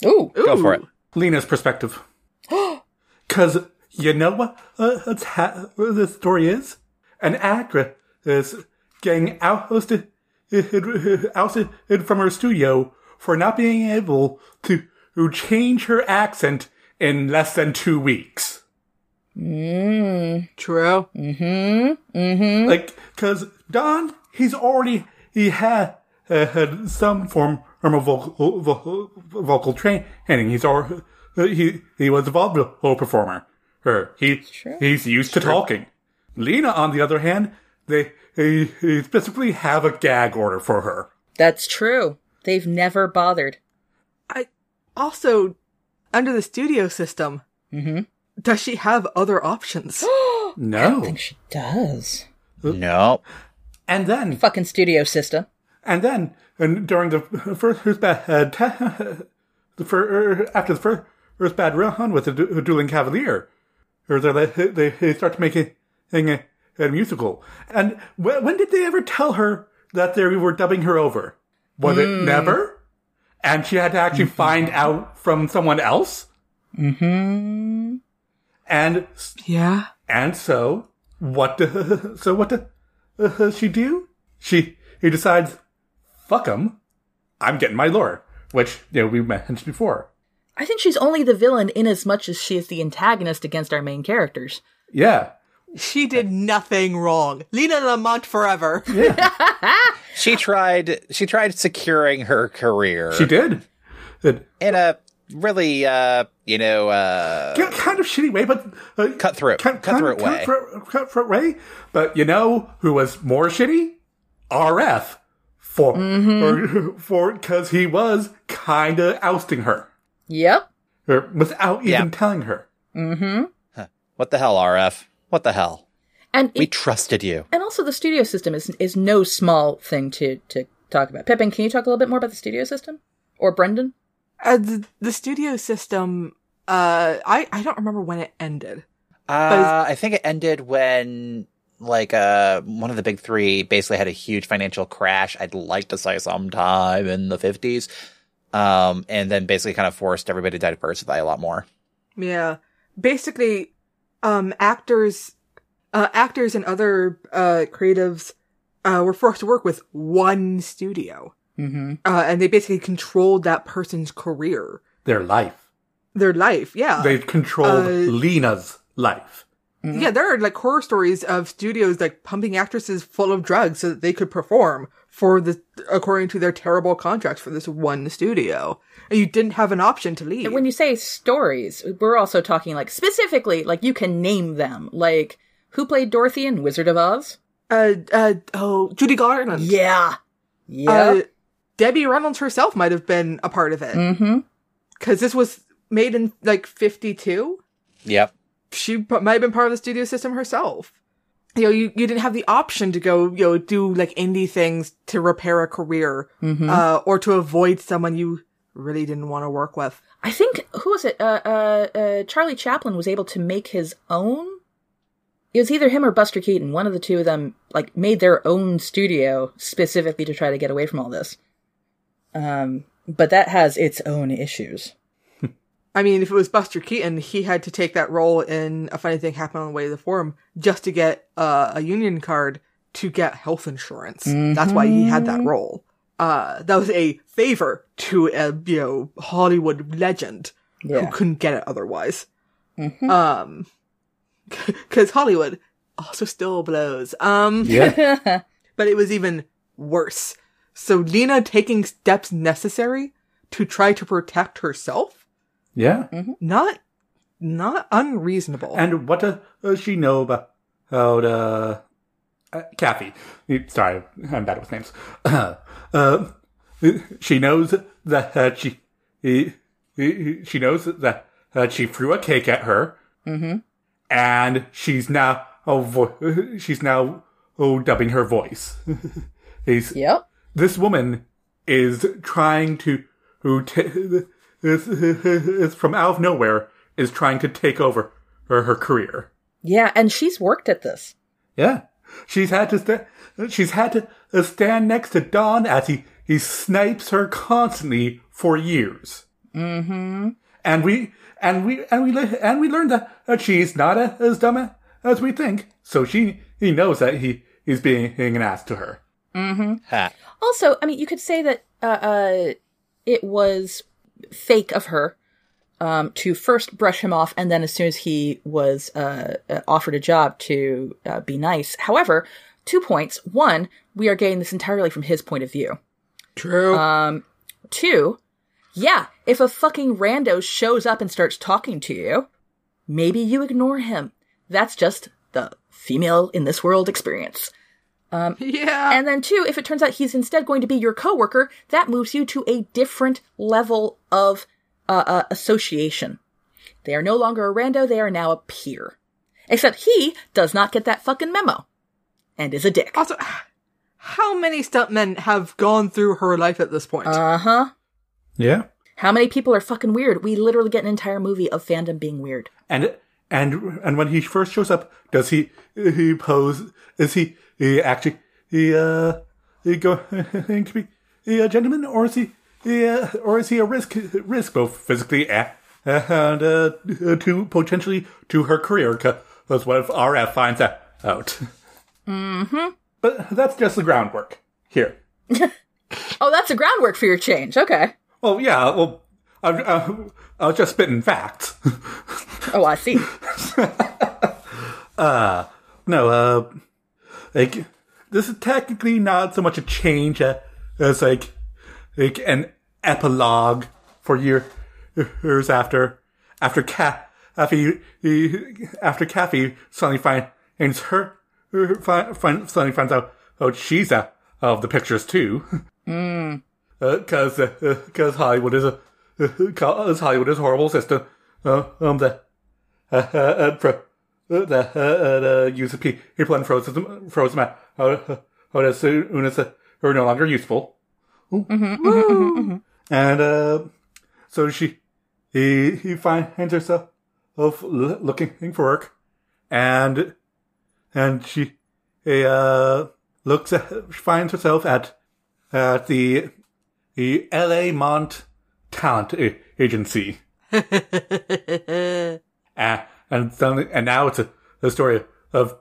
E: Ooh.
C: Go for it.
B: Lena's *gasps* perspective. Because you know what uh, it's ha- what the story is? An actress is getting ousted, uh, ousted from her studio for not being able to change her accent in less than two weeks.
E: Mm,
A: True.
B: Like 'cause Like, because Don, he's already, he had, uh, had some form of vocal, vocal, vocal training. He's already, he, he was a vaudeville performer. Her, he, he's used to talking. Lena, on the other hand, they, they, they specifically have a gag order for her.
E: That's true. They've never bothered.
A: I also under the studio system. Mm-hmm. Does she have other
E: *gasps*
A: options?
B: No.
E: She does.
C: No.
B: And then,
E: Fucking studio system.
B: And then, and during the first, first bad, uh, *laughs* te- the fir- after the first, first bad run with the du- dueling cavalier, or they, they they start making a, a musical. And when, when did they ever tell her that they were dubbing her over? Was it never? And she had to actually find out from someone else.
E: Mm-hmm.
B: Hmm. And
A: yeah.
B: and so, what? Do, *laughs* so what do, uh, she do? She he decides, fuck him. I'm getting my lore, which you know we mentioned before.
E: I think she's only the villain in as much as she is the antagonist against our main characters.
B: Yeah,
A: She did nothing wrong. Lena Lamont
E: *laughs*
A: forever.
C: She tried, she tried securing her career
B: she did. It,
C: in a really, uh, you know, uh,
B: ki- kind of shitty way, but uh,
C: Cutthroat.
B: ki- kind of
C: Cutthroat way.
B: cutthroat, cutthroat way. But you know who was more shitty? RF for for- *laughs* for because he was kind of ousting her
E: Yep.
B: or without even
C: Yeah.
B: telling her.
C: what the hell, RF? What the hell?
E: And
C: We
E: it-
C: trusted you.
E: and also the studio system is is no small thing to to talk about. Pippin, can you talk a little bit more about the studio system? Or Brendan?
A: Uh, the, the studio system. Uh, I I don't remember when it ended.
C: Uh, I think it ended when like uh one of the big three basically had a huge financial crash. I'd like to say sometime in the fifties, um, and then basically kind of forced everybody to diversify a lot more.
A: Yeah. Basically, um, actors, uh, actors and other, uh, creatives, uh, were forced to work with one studio.
E: Mm-hmm.
A: Uh, and they basically controlled that person's career,
B: Their life.
A: their life. Yeah.
B: They've controlled
A: uh,
B: Lena's life.
A: yeah. There are like horror stories of studios like pumping actresses full of drugs so that they could perform for the, according to their terrible contracts for this one studio. And you didn't have an option to leave.
E: And when you say stories, we're also talking like specifically, like you can name them. Like who played Dorothy in Wizard of Oz?
A: uh, uh, oh, Judy Garland.
E: Yeah. Yeah.
A: Uh, Debbie Reynolds herself might have been a part of it
E: Mm-hmm.
A: because this was made in like 52.
C: Yep.
A: She p- might have been part of the studio system herself. You know, you, you didn't have the option to go, you know, do like indie things to repair a career,
E: Mhm.
A: uh, or to avoid someone you really didn't want to work with.
E: I think who was it? Uh, uh, uh, Charlie Chaplin was able to make his own. It was either him or Buster Keaton. One of the two of them like made their own studio specifically to try to get away from all this. Um, but that has its own issues. *laughs*
A: I mean, if it was Buster Keaton, he had to take that role in A Funny Thing Happened on the Way to the Forum just to get uh, a union card to get health insurance. That's why he had that role. Uh, that was a favor to a you know Hollywood legend who
E: Yeah.
A: couldn't get it otherwise. Um, *laughs* because Hollywood also still blows. Um,
B: Yeah.
A: but it was even worse. So Lena taking steps necessary to try to protect herself
B: *laughs* yeah.
A: not not unreasonable.
B: And what does uh, she know about uh, uh, Kathy? Eh, Sorry, I'm bad with names. *coughs* Uh, she knows that uh, she eh, eh, she knows that uh, she threw a cake at her, and she's now oh, vo- *laughs* she's now oh, dubbing her voice. *laughs* He's-
E: yep.
B: this woman is trying to who t- is, is from out of nowhere is trying to take over her, her career.
E: Yeah, and she's worked at this.
B: Yeah, she's had to sta- she's had to uh, stand next to Don as he he snipes her constantly for years. Mm-hmm. And we and we and we le- and we learned that uh, she's not a, as dumb a- as we think. So she he knows that he is being an ass to her.
C: Ha.
E: Also, I mean, you could say that uh, uh, it was fake of her um, to first brush him off, and then as soon as he was uh, uh, offered a job, to uh, be nice. However, two points: one, we are getting this entirely from his point of view.
A: True.
E: *laughs* Two, yeah, if a fucking rando shows up and starts talking to you, maybe you ignore him. That's just the female in this world experience.
A: yeah.
E: And then two, if it turns out he's instead going to be your coworker, that moves you to a different level of uh, uh, association. They are no longer a rando; they are now a peer. Except he does not get that fucking memo, and is a dick.
A: also, how many stuntmen have gone through her life at this point?
E: Uh huh.
B: Yeah.
E: How many people are fucking weird? We literally get an entire movie of fandom being weird.
B: And and and when he first shows up, does he he pose? Is he, he actually he uh he go *laughs* going to be he a gentleman or is he, he uh, or is he a risk risk both physically and, and uh, to potentially to her career? Because what if RF finds that out? Mm-hmm. But that's just the groundwork here.
E: Oh, that's the groundwork for your change. Okay.
B: Well, yeah. Well, I, I, I was just spitting facts. *laughs*
E: Oh,
A: *laughs*
E: I see.
B: No, uh, like this is technically not so much a change uh, as like like an epilogue for year, years after after Ca- Kathy after Kathy suddenly finds her, her find, find, suddenly finds out oh she's out of the pictures too *laughs* Uh, because because Hollywood is a because Hollywood is a horrible system uh, um that uh, uh, uh, pro, uh, that uh, uh, the use of pe- people and froze them froze them out uh, uh, uh, as soon as uh, are no longer useful. Woo. And uh, so she he he finds herself of l- looking for work, and and she he, uh looks at, finds herself at at the the L.A. Mont Talent A- Agency, and Ah, and, suddenly, and now it's a, a story of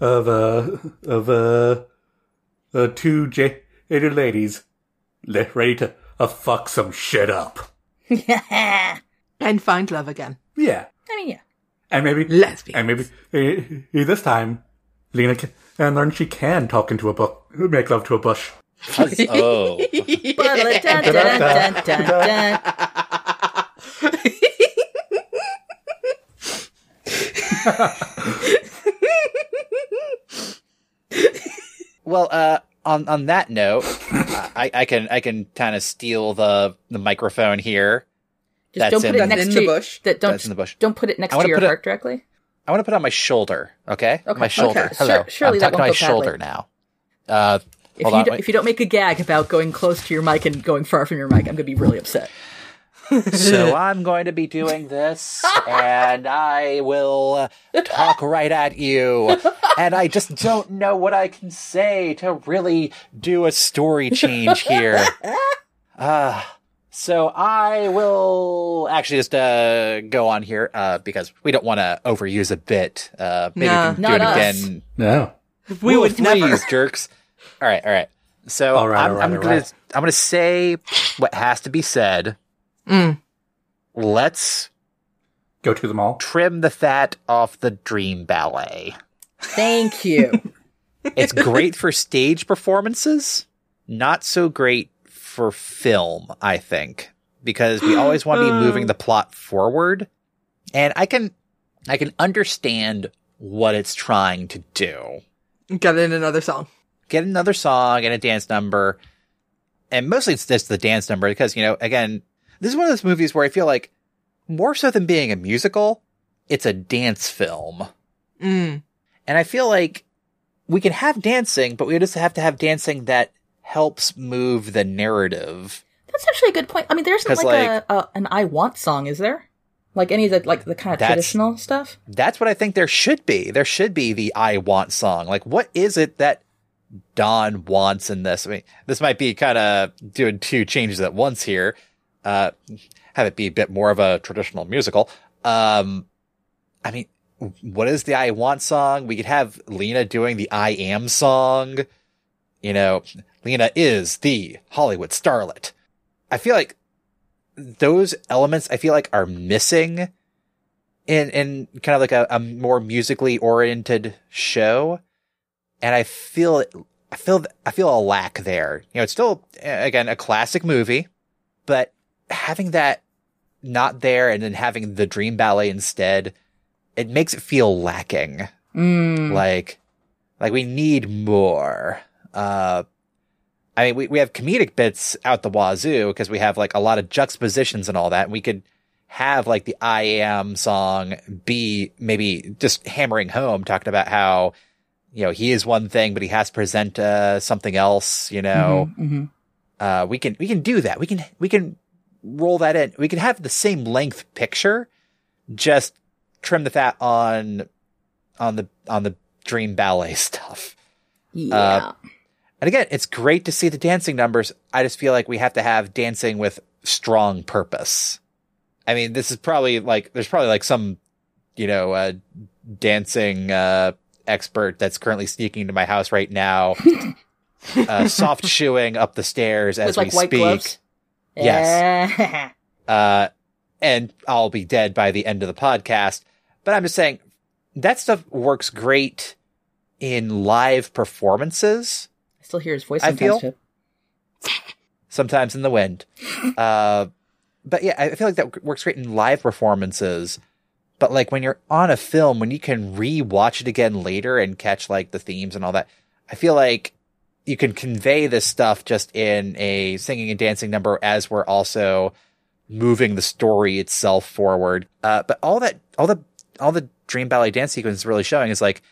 B: of uh, of uh, uh, two jaded ladies li- ready to uh, fuck some shit up.
E: I
A: *laughs* and find love again.
B: Yeah,
E: mean, yeah.
B: and maybe
A: Lesbians.
B: and maybe eh, eh, this time Lena can, and learn she can talk into a book, make love to a bush.
C: *laughs* Oh.
E: Ba-da-dun-dun-dun-dun-dun.
C: Well, uh, on on that note, I, I can I can kind of steal the the microphone here. That's
E: Just don't put
C: in-
E: it
C: That's
E: next
A: in
E: to
A: the
E: you-
A: bush.
E: That don't
C: That's in the bush.
E: Don't put it next
C: I wanna
E: to your
C: put it-
E: heart directly.
C: I want to put it on my shoulder. Okay,
E: Okay.
C: my shoulder.
E: Okay.
C: Hello,
E: Sure- surely
C: I'm
E: that
C: talking
E: won't
C: to my
E: go badly.
C: shoulder now. Uh,
E: If
C: hold
E: you,
C: on,
E: don't,
C: wait.
E: if you don't make a gag about going close to your mic and going far from your mic, I'm going to be really upset. *laughs*
C: so I'm going to be doing this, and I will uh, talk right at you. And I just don't know what I can say to really do a story change
E: *laughs*
C: here. Uh, so I will actually just uh, go on here uh, because we don't want to overuse a bit. Uh, maybe
A: Nah.
C: we can do
E: Not
C: it
E: us.
C: again.
B: No.
A: We
C: Rule
A: would
C: of threes,
A: never. *laughs*
C: jerks. All right, all right. So
B: All right,
C: I'm,
B: all right,
C: I'm
B: all
C: gonna
B: right.
C: I'm gonna say what has to be said.
A: Mm.
C: Let's
B: Go to the mall.
C: trim the fat off the dream ballet.
E: Thank *laughs* you.
C: It's
A: *laughs*
C: great for stage performances, not so great for film, I think, because we always
A: *gasps*
C: want to
A: Uh.
C: be moving the plot forward. And I can I can understand what it's trying to do.
A: Got in another song.
C: Get another song and a dance number. And mostly it's just the dance number because, you know, again, this is one of those movies where I feel like more so than being a musical, it's a dance film.
A: Mm.
C: And I feel like we can have dancing, but we just have to have dancing that helps move the narrative.
E: That's actually a good point. I mean, there isn't
C: 'Cause,
E: like, a, a an I want song, is there? Like any of the like the kind of
C: That's-
E: traditional stuff.
C: That's what I think there should be. There should be the I want song. Like, what is it that Don wants in this? I mean, this might be kind of doing two changes at once here. Uh, have it be a bit more of a traditional musical. Um, I mean, what is the I want song? We could have Lena doing the I am song. You know, Lena is the Hollywood starlet. I feel like those elements I feel like are missing in in kind of like a, a more musically oriented show. And I feel I feel I feel a lack there. You know, it's still eh, again a classic movie, but having that not there and then having the dream ballet instead, it makes it feel lacking
E: Mm.
C: like like we need more uh i mean we, we have comedic bits out the wazoo because we have like a lot of juxtapositions and all that and we could have like the i am song be maybe just hammering home talking about how you know he is one thing but he has to present uh something else you know
E: Mhm, mhm.
C: uh, we can we can do that. We can we can roll that in. We can have the same length picture, just trim the fat on on the on the dream ballet *laughs* stuff.
E: Yeah.
C: Uh, And again, it's great to see the dancing numbers. I just feel like we have to have dancing with strong purpose. I mean, this is probably like there's probably like some you know uh, dancing uh, expert that's currently sneaking into my house right now. *laughs* uh, soft shoeing up the stairs as
E: With like
C: we
E: white
C: speak.
E: gloves. *laughs*
C: Yes.
E: Yeah.
C: uh, and I'll be dead by the end of the podcast. But I'm just saying that stuff works great in live performances,
E: I still hear his voice.
C: I
E: Sometimes,
C: feel-
E: Chip.
C: sometimes in the wind. Uh, but yeah, I feel like that works great in live performances. But like when you're on a film, when you can re-watch it again later and catch like the themes and all that, I feel like you can convey this stuff just in a singing and dancing number as we're also moving the story itself forward. Uh, but all that, all the, all the dream ballet dance sequence is really showing is like,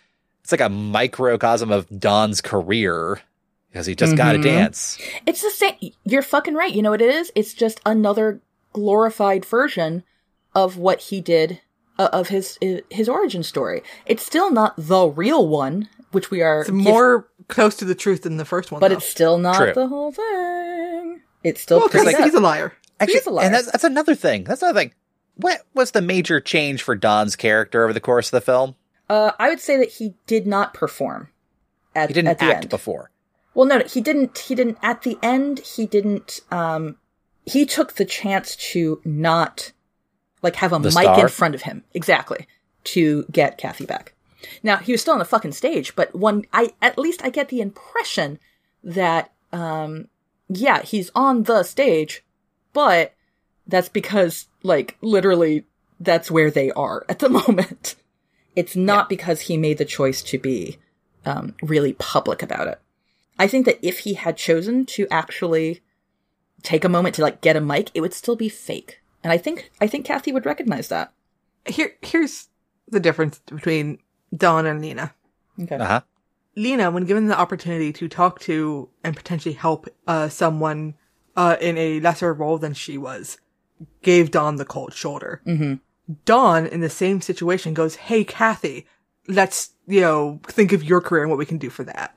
C: it's like a microcosm of Don's career because he just got to
E: Mhm.
C: dance.
E: It's the same. You're fucking right. You know what it is? It's just another glorified version of what he did uh, of his his origin story. It's still not the real one, which we are
A: It's more close to the truth than the first one.
E: but
A: though.
E: it's still not
C: True.
E: the whole thing. It's still
A: well, because
E: pretty
A: he's a
E: good.
A: liar.
E: He's a liar.
C: and that's, that's another thing. That's another thing. What was the major change for Don's character over the course of the film?
E: uh, I would say that he did not perform. At,
C: He didn't
E: at the
C: act
E: end.
C: before.
E: Well, no, no, he didn't. He didn't. At the end, he didn't. Um, he took the chance to not, like, have a
C: The
E: mic
C: star?
E: in front of him exactly to get Kathy back. Now he was still on the fucking stage, but one, I at least I get the impression that, um, yeah, he's on the stage, but that's because, like, literally, that's where they are at the *laughs* moment. It's not because he made the choice to be um, really public about it. I think that if he had chosen to actually take a moment to like get a mic, it would still be fake. And I think I think Kathy would recognize that.
A: Here, here's the difference between Don and Nina.
E: Okay.
C: Uh huh.
A: Lena, when given the opportunity to talk to and potentially help uh, someone uh, in a lesser role than she was, gave Don the cold shoulder.
E: hmm
A: Don, in the same situation, goes, "Hey, Kathy, let's you know think of your career and what we can do for that,"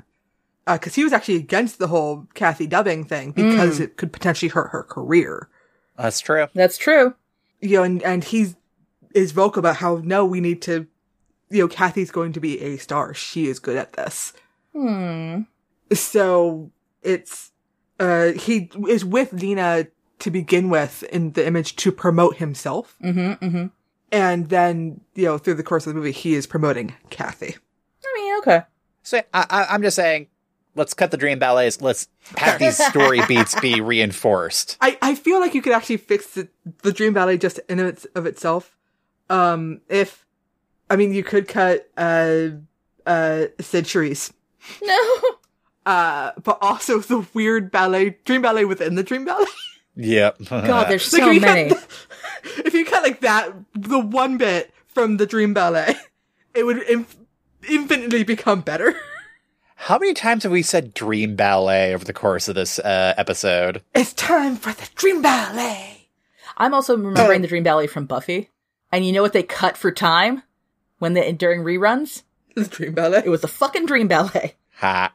A: because he was actually against the whole Kathy dubbing thing because it could potentially hurt her career.
C: That's true.
E: That's true.
A: you know, and, and he is vocal about how no, we need to, you know, Kathy's going to be a star. She is good at this.
E: Hmm.
A: So it's, uh, he is with Lena to begin with in the image to promote himself.
E: Mm-hmm. Mm-hmm.
A: And then, you know, through the course of the movie, he is promoting Kathy.
E: I mean, okay.
C: So I, I, I'm just saying, let's cut the dream ballets. Let's have
E: *laughs*
C: these story beats be reinforced.
A: I, I feel like you could actually fix the, the Dream Valley just in its, of itself. Um, if, I mean, you could cut, uh, uh, Sid Charisse
E: No.
A: *laughs* uh, but also *laughs* the weird ballet, dream ballet within the dream ballet.
C: Yep.
E: God, there's
A: Like,
E: *laughs* so
A: if you cut
E: many.
A: the- *laughs* if you cut like that, the one bit from the dream ballet, it would inf- infinitely become better.
C: *laughs*
A: *laughs*
C: How many times have we said dream ballet over the course of this uh, episode?
A: It's time for the dream ballet.
E: I'm also remembering the Dream Ballet from Buffy. And you know what they cut for time when they during reruns?
A: The dream ballet.
E: It was the fucking
A: *laughs*
E: Dream Ballet.
C: Ha.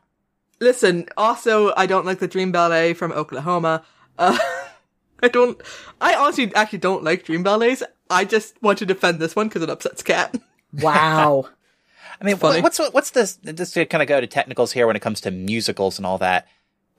A: Listen, also, I don't like the dream ballet from Oklahoma. Uh, *laughs* I don't. I honestly actually don't like dream ballets. I just want to defend this one because it upsets Cat. *laughs*
E: Wow.
C: I mean,
A: Funny.
C: what, what's what's this? Just to kind of go to technicals here when it comes to musicals and all that.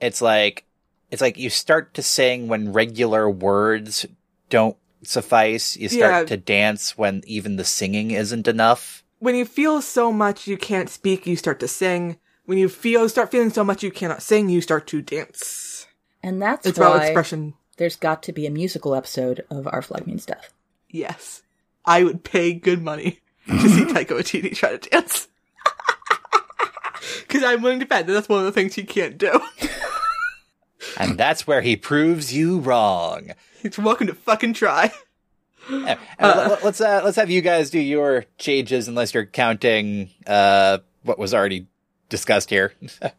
C: It's like it's like you start to sing when regular words don't suffice. You start
A: Yeah.
C: to dance when even the singing isn't enough.
A: when you feel so much you can't speak, you start to sing. When you feel start feeling so much you cannot sing, you start to dance.
E: and that's
A: It's about
E: why
A: expression.
E: there's got to be a musical episode of Our Flag Means Death.
A: Yes, I would pay good money to *laughs* see Taika Waititi try to dance. *laughs* Because I'm willing to bet that that's one of the things he can't do. *laughs*
C: And that's where he proves you wrong.
A: He's welcome to fucking try.
C: Uh, let- let's uh, let's have you guys do your changes unless you're counting uh, what was already discussed here.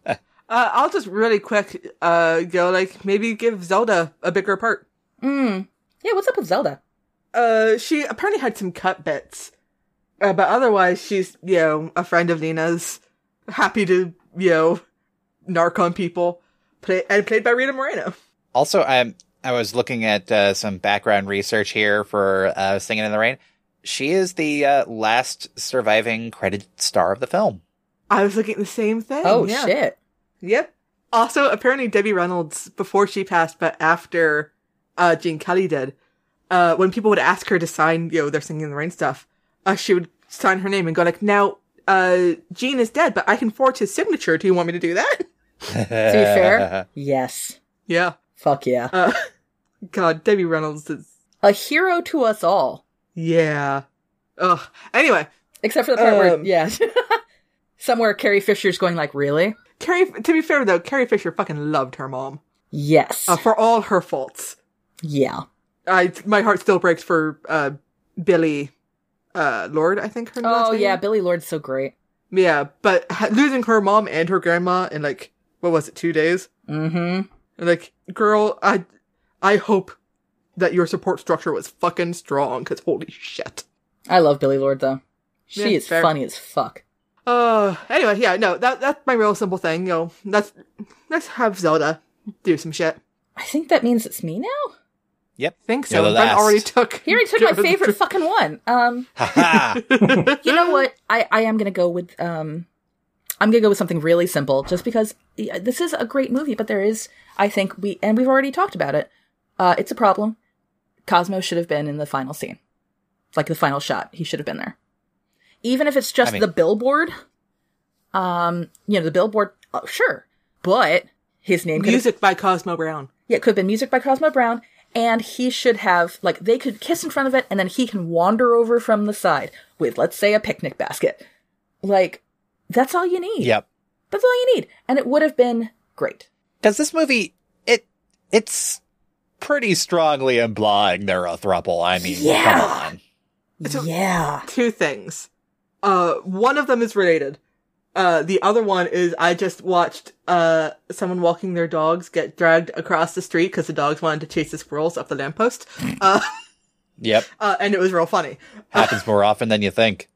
A: Uh, I'll just really quick uh, go like maybe give Zelda a bigger part.
E: Mm. Yeah, what's up with Zelda?
A: uh, she apparently had some cut bits, uh, but otherwise she's you know a friend of Nina's, happy to you know narc on people, play and played by Rita Moreno.
C: Also, I I was looking at uh, some background research here for uh, Singing in the Rain. She is the uh, last surviving credited star of the
E: *laughs*
C: film.
A: I was looking at the same thing.
E: Oh
A: yeah.
E: shit.
A: Yep. Also, apparently Debbie Reynolds before she passed, but after uh, Gene Kelly did, uh, when people would ask her to sign you know their Singing in the Rain stuff, uh, she would sign her name and go like, now uh, Gene is dead, but I can forge his signature. Do you want me to do that?
E: To be fair, yes.
A: yeah.
E: Fuck yeah.
A: Uh, God, Debbie Reynolds is
E: A hero to us all.
A: yeah. Ugh. Anyway,
E: Except for the part where
A: Um.
E: yeah. *laughs* Somewhere Carrie Fisher's going like, really?
A: Carrie. To be fair though, Carrie Fisher fucking loved her mom
E: Yes.
A: uh, for all her faults.
E: yeah.
A: I my heart still breaks for uh Billy, uh Lord. I think her. last
E: Oh
A: name?
E: yeah, Billy Lord's so great.
A: Yeah, but ha- losing her mom and her grandma in like what was it two days?
E: Mm-hmm.
A: Like, girl, I I hope that your support structure was fucking strong. Cause holy shit.
E: I love Billy Lord though. She
A: Yeah,
E: is
A: fair.
E: funny as fuck.
A: Uh, anyway, yeah, no, that that's my real simple thing. You know, let's let's have Zelda do some shit.
E: I think that means it's me now.
A: Think
C: You're
A: so.
C: the
A: Ben already
C: last.
A: took.
E: He already took my favorite fucking one. Um,
C: *laughs* Ha
E: *laughs*
C: ha.
E: you
A: *laughs*
E: know what? I I am gonna go with um, I'm gonna go with something really simple, just because yeah, this is a great movie, but there is, I think we and we've already talked about it. Uh, it's a problem. Cosmo should have been in the final scene, like the final shot. He should have been there, even if it's just
C: I mean-
E: the billboard. Um, you know the billboard. Oh, sure, but his name could have
A: Music by Cosmo Brown.
E: yeah, it could have been music by Cosmo Brown, and he should have like they could kiss in front of it, and then he can wander over from the side with, let's say, a picnic basket. Like, that's all you need.
C: yep.
E: That's all you need. And it would have been great.
C: Because this movie, it it's pretty strongly implying they're a thruple. I mean, come
E: Yeah.
C: on.
A: So-
E: yeah.
A: two things. Uh, one of them is related. Uh, the other one is I just watched uh someone walking their dogs get dragged across the street because the dogs wanted to chase the squirrels up the lamppost. Uh, *laughs*
E: *laughs*
C: Yep,
E: Ah.
A: uh, and it was real funny. *laughs*
C: happens more often than you think.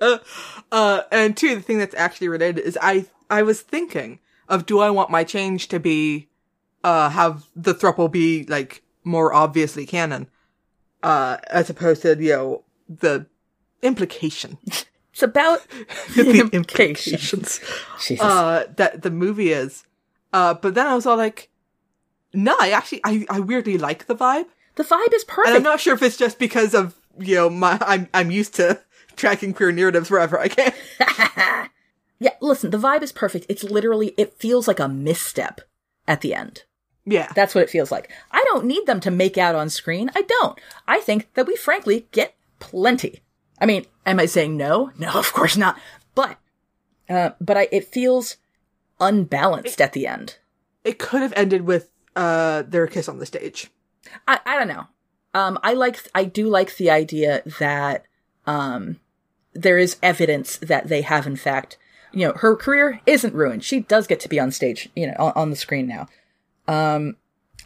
A: uh, and two, the thing that's actually related is I I was thinking of do I want my change to be uh have the thruple be like more obviously canon uh as opposed to you know the implication
E: It's about
A: the
E: implications.
A: implications
E: *laughs* Jesus.
A: uh that the movie is uh but then i was all like no i actually i, I weirdly like the vibe
E: the vibe is
A: and i'm
E: perfect.
A: not sure if it's just because of you know my i'm i'm used to *laughs* tracking queer narratives wherever i can
E: *laughs* yeah, listen, the vibe is perfect. It's literally it feels like a misstep at the end.
A: yeah
E: That's what it feels like. I don't need them to make out on screen. I don't. I think that we frankly get plenty. I mean, am I saying no? No, of course not. But, uh, but I, it feels unbalanced at the end.
A: it could have ended with uh their kiss on the stage
E: I, I don't know. Um, I like, I do like the idea that, um, there is evidence that they have, in fact, you know, her career isn't ruined. She does get to be on stage, you know, on, on the screen now. Um,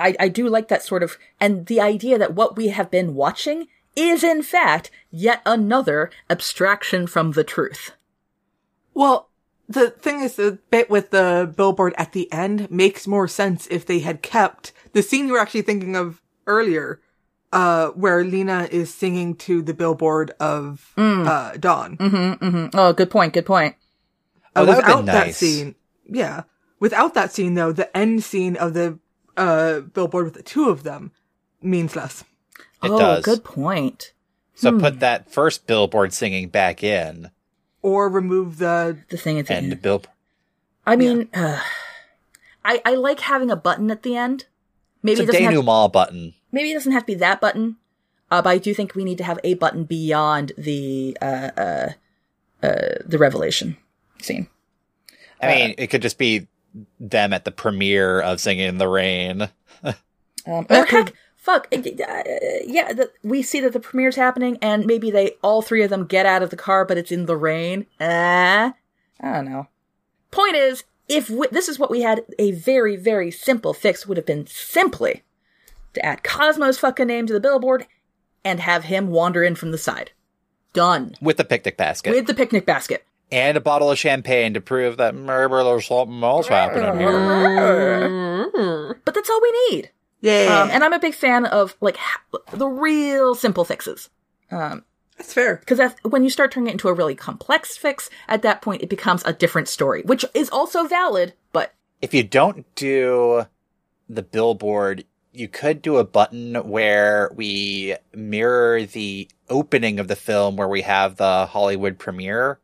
E: I, I do like that sort of, and the idea that what we have been watching is, in fact, yet another abstraction from the truth.
A: well the thing is the bit with the billboard at the end makes more sense if they had kept the scene you were actually thinking of earlier uh where lena is singing to the billboard of uh dawn
E: Mm-hmm, mm-hmm. Oh, good point. Good point.
A: Uh,
C: Oh, that would've
A: without
C: been
A: that
C: nice.
A: scene, yeah. Without that scene, though, the end scene of the uh, billboard with the two of them means less.
C: It
E: oh,
C: does.
E: good point.
C: So
E: Hmm.
C: put that first billboard singing back in,
A: Or remove the
E: The thing at the end.
C: and bill.
E: I mean, *sighs* uh, I I like having a button at the end. Maybe
C: It's
E: it
C: a
E: doesn't have,
C: denouement button.
E: maybe it doesn't have to be that button, uh, but I do think we need to have a button beyond the uh, uh, uh, the revelation scene.
C: I mean, it could just be them at the premiere of Singing in the Rain.
E: Um, or
A: That
E: heck,
A: could-
E: fuck, it, uh, yeah, the, we see that the premiere's happening, and maybe they all three of them get out of the car, but it's in the rain. Uh, I don't know. Point is, if we, this is what we had, a very very simple fix would have been simply to add Cosmo's fucking name to the billboard and have him wander in from the side. Done
C: with a picnic basket
E: with the picnic basket.
C: and a bottle of champagne to prove that maybe there's something else happening here.
E: But that's all we need.
A: yeah,
E: Um, and I'm a big fan of like ha- the real simple fixes. Um,
A: that's fair.
E: because that's when you start turning it into a really complex fix at that point it becomes a different story which is also valid but
C: If you don't do the billboard, you could do a button where we mirror the opening of the film where we have the Hollywood premiere.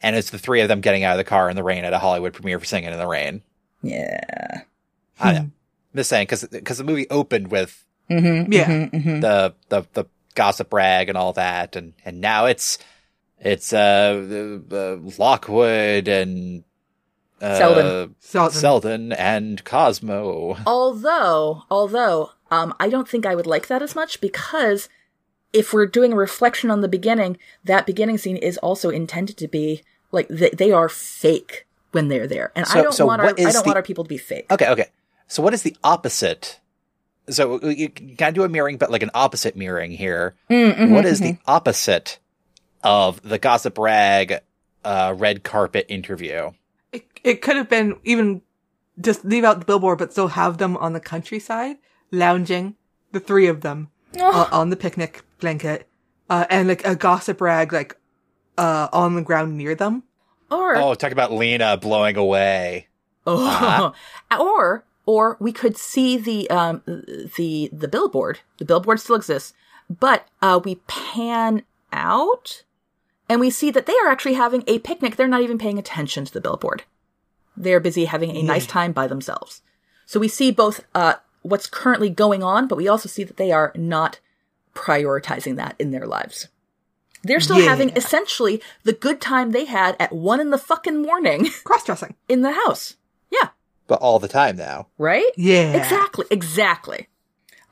C: And it's the three of them getting out of the car in the rain at a Hollywood premiere for singing in the rain.
E: yeah
C: I don't know. I'm just saying because the movie opened with
E: mm-hmm,
A: Yeah.
C: the the the gossip rag and all that, and and now it's it's uh, uh Lockwood and uh,
E: Selden.
A: Selden.
C: Selden and Cosmo.
E: although although um i don't think i would like that as much because if we're doing a reflection on the beginning that beginning scene is also intended to be like they, they are fake when they're there and i
C: So-
E: don't
C: so
E: want our i
C: what is
E: don't
C: the-
E: want our people to be fake
C: Okay, okay. So what is the opposite? So uh, you you can do a mirroring, but like an opposite mirroring here.
E: Mm, mm-hmm,
C: What is the opposite of the gossip rag uh, red carpet interview?
A: It, it could have been even just leave out the billboard, but still have them on the countryside, lounging, the three of them uh, on the picnic blanket, uh, and like a gossip rag, like uh, on the ground near them.
E: or
C: Oh, talk about Lena blowing away.
E: Oh, *laughs* or or we could see the um the the billboard. The billboard still exists, but uh, we pan out and we see that they are actually having a picnic. They're not even paying attention to the billboard. They're busy having a nice time by themselves. So we see both uh what's currently going on, but we also see that they are not prioritizing that in their lives. They're still
A: Yeah.
E: having essentially the good time they had at one in the fucking morning *laughs*
A: Cross dressing.
E: in the house. Yeah.
C: but all the time now.
E: right?
A: Yeah.
E: Exactly, exactly.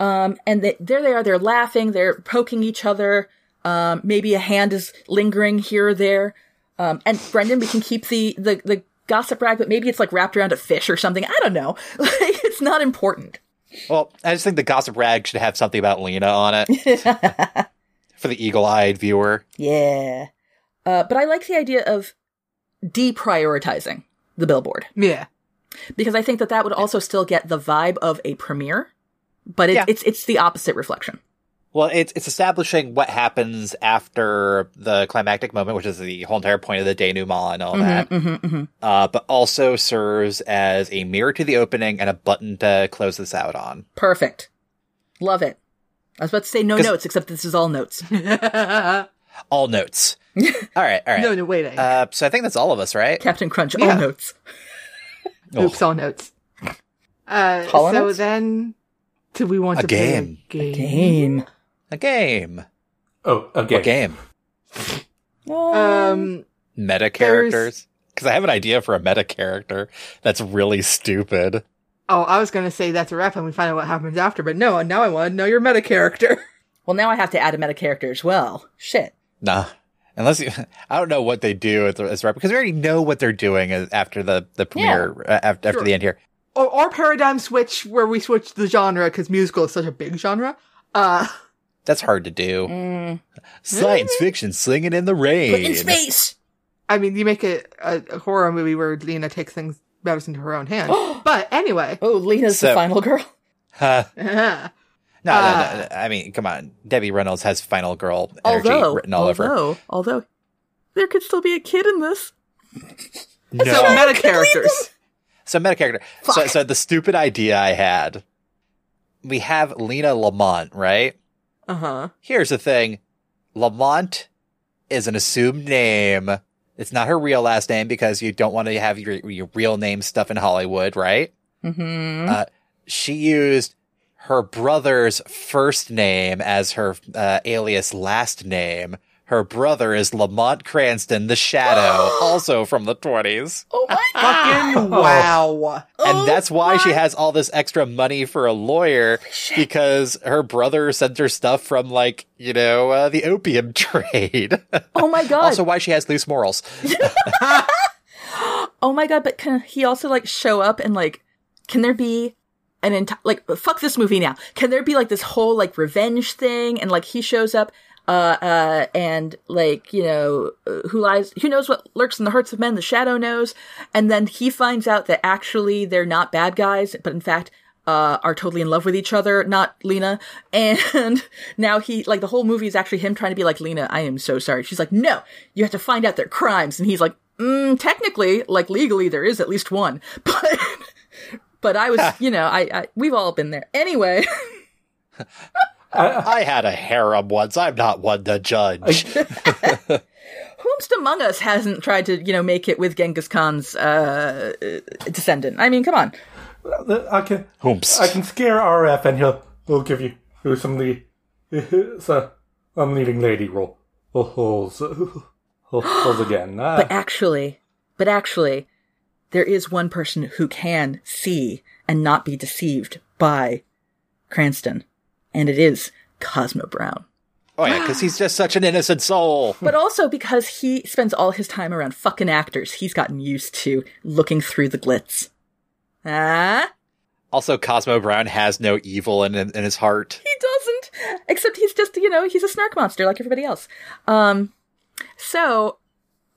E: Um, and they, there they are. They're laughing. They're poking each other. Um, maybe a hand is lingering here or there. Um, and Brendan, we can keep the, the the gossip rag, but maybe it's like wrapped around a fish or something. I don't know. *laughs* Like it's not important. *laughs*
C: Well, I just think the gossip rag should have something about Lena on it for the eagle-eyed viewer.
E: Yeah. Uh, but I like the idea of deprioritizing the billboard
A: Yeah.
E: because I think that that would also still get the vibe of a premiere, but it,
C: Yeah.
E: it's it's the opposite reflection.
C: Well, it's it's establishing what happens after the climactic moment, which is the whole entire point of the denouement and all that.
E: Mhm, mhm.
C: Uh, but also serves as a mirror to the opening and a button to close this out on.
E: Perfect. Love it. I was about to say no
C: 'Cause-
E: notes, except this is *laughs* all notes.
C: All *laughs* notes. all right, all right.
A: No, no, wait. I
C: Uh, so I think that's all of us, right? Oh,
E: Captain Crunch,
A: Yeah.
E: all notes.
A: Oops, all notes. Uh, so
E: oh. Hollow notes?
A: then, do we want
C: A
A: to
C: game.
A: play a game?
C: A game.
B: Oh, okay.
C: What game?
A: Um,
C: Meta characters. Because I have an idea for a meta character that's really stupid.
A: oh, I was going to say that's a wrap and we find out what happens after, but no, now I want to know your meta character.
E: Well, now I have to add a meta character as well. Shit.
C: Nah. Unless you, *laughs* I don't know what they do as, as rep because we already know what they're doing as- after the the premiere uh, after, after
A: Sure.
C: the end here.
A: Or, or paradigm switch where we switch the genre because musical is such a big genre. Uh,
C: That's hard to do. Science fiction slinging in the rain.
E: Mm-hmm. Mm. Put in
C: *laughs*
E: space.
A: I mean, you make a, a, a horror movie where Lena takes things matters into her own *gasps* hand. but anyway, *laughs*
E: Oh, Lena's
C: So-
E: the final girl.
C: Huh.
A: uh,
C: no, no, no,
A: Uh.
C: no. I mean, come on. Debbie Reynolds has Final Girl energy
E: Although,
C: written all
E: although,
C: over.
E: although, there could still be a kid in this.
C: No.
A: so meta characters.
C: So meta character. So,
E: Fuck.
C: so the stupid idea I had. We have Lena Lamont, right?
A: Uh
E: Uh-huh.
A: huh.
C: Here's the thing. Lamont is an assumed name. It's not her real last name because you don't want to have your, your real name stuff in Hollywood, right?
E: Mm-hmm.
C: Uh, she used her brother's first name as her uh, alias last name. Her brother is Lamont Cranston, the Shadow, also from the 20s.
E: oh my god.
A: Fucking wow.
C: Oh. And that's why she has all this extra money for a lawyer because her brother sent her stuff from like, you know, uh, the opium *laughs* trade.
E: Oh my god.
C: also why she has loose morals.
E: oh my god, but can he also like show up and like can there be an entire like fuck this movie now. Can there be like this whole like revenge thing and like he shows up uh uh and like you know uh, who lies who knows what lurks in the hearts of men the shadow knows and then he finds out that actually they're not bad guys but in fact uh are totally in love with each other not Lena *laughs* and now he like the whole movie is actually him trying to be like Lena I am so sorry she's like no you have to find out their crimes and he's like mm, technically like legally there is at least one *laughs* but but I was, you know, I, I we've all been there. Anyway, *laughs*
C: I had a harem once. I'm not one to judge.
E: whomst among us hasn't tried to, you know, make it with Genghis Khan's uh, descendant? I mean, come on.
B: I can
C: Whoops.
B: I can scare RF and he'll he'll give you some of the *laughs* it's a unleading lady roll. Oh, holes, *laughs* oh, holes again. Ah,
E: But actually, but actually, there is one person who can see and not be deceived by Cranston, and it is Cosmo Brown.
C: Oh yeah, because he's just such an innocent soul.
E: But also because he spends all his time around fucking actors, he's gotten used to looking through the glitz. Ah.
C: Also, Cosmo Brown has no evil in in his heart.
E: he doesn't except he's just you know he's a snark monster like everybody else um so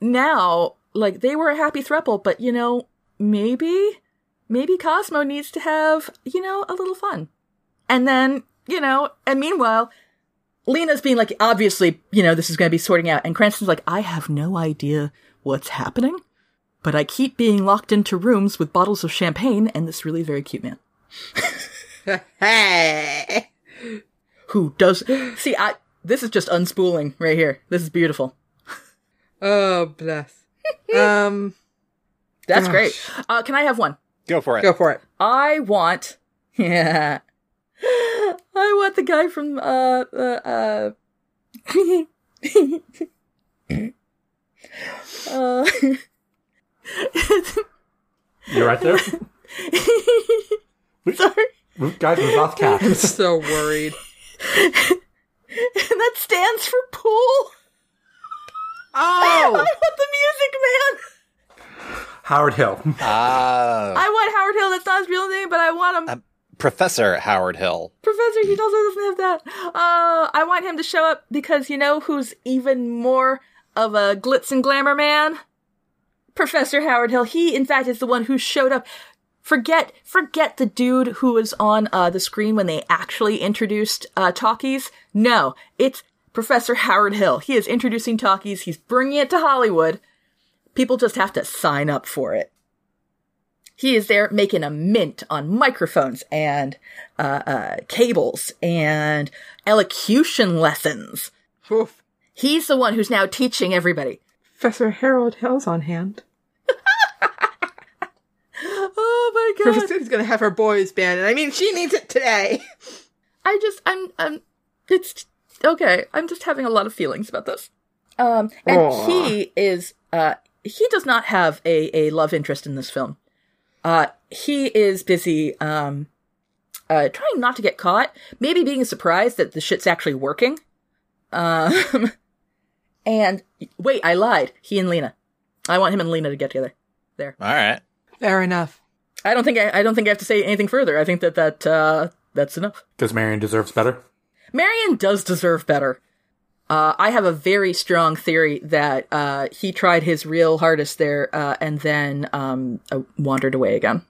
E: now like they were a happy throuple but you know maybe maybe cosmo needs to have you know a little fun and then you know and meanwhile lena's being like obviously you know this is going to be sorting out and cranston's like i have no idea what's happening but i keep being locked into rooms with bottles of champagne and this really very cute man
A: *laughs* Hey.
E: who does see i this is just unspooling right here this is beautiful
A: Oh bless. um,
E: that's
A: Gosh.
E: great uh, can i have one
C: Go for it.
A: go *laughs* for it.
E: i want *laughs* yeah i want the guy from uh uh *laughs* uh, uh
A: *laughs*
B: you're right there. We, we- guys, we lost
F: I'm
A: *laughs*
B: cats.
F: so worried.
E: *laughs* that stands for pool. *laughs* I
A: Oh,
E: want the music man.
B: Howard Hill.
C: Ah,
E: I want Howard Hill. That's not his real name, but I want him.
C: Professor Howard Hill.
E: Professor, he also doesn't have that. Uh, I want him to show up because you know who's even more of a glitz and glamour man? Professor Howard Hill. He, in fact, is the one who showed up. Forget, forget the dude who was on uh, the screen when they actually introduced uh, talkies. No, it's Professor Howard Hill. He is introducing talkies. He's bringing it to Hollywood. People just have to sign up for it. He is there making a mint on microphones and uh, uh, cables and elocution lessons.
A: *laughs* Oof.
E: He's the one who's now teaching everybody. *gasps*
A: Professor Harold Hill's on hand.
E: Oh my god!
A: Professor's gonna have her boys band, and I mean, she needs it today.
E: I just, I'm, I'm, it's okay. I'm just having a lot of feelings about this. Um, and
A: Aw.
E: he is, uh, he does not have a, a love interest in this film. Uh, he is busy, um, uh, trying not to get caught, maybe being surprised that the shit's actually working. Um, *laughs* and wait, I lied. He and Lena. I want him and Lena to get together.
C: All right.
A: Fair enough.
E: I don't think I, I don't think I have to say anything further. I think that that, uh, that's enough.
B: Because Marion deserves better.
E: Marion does deserve better. Uh, I have a very strong theory that uh, he tried his real hardest there uh, and then um, uh, wandered away again.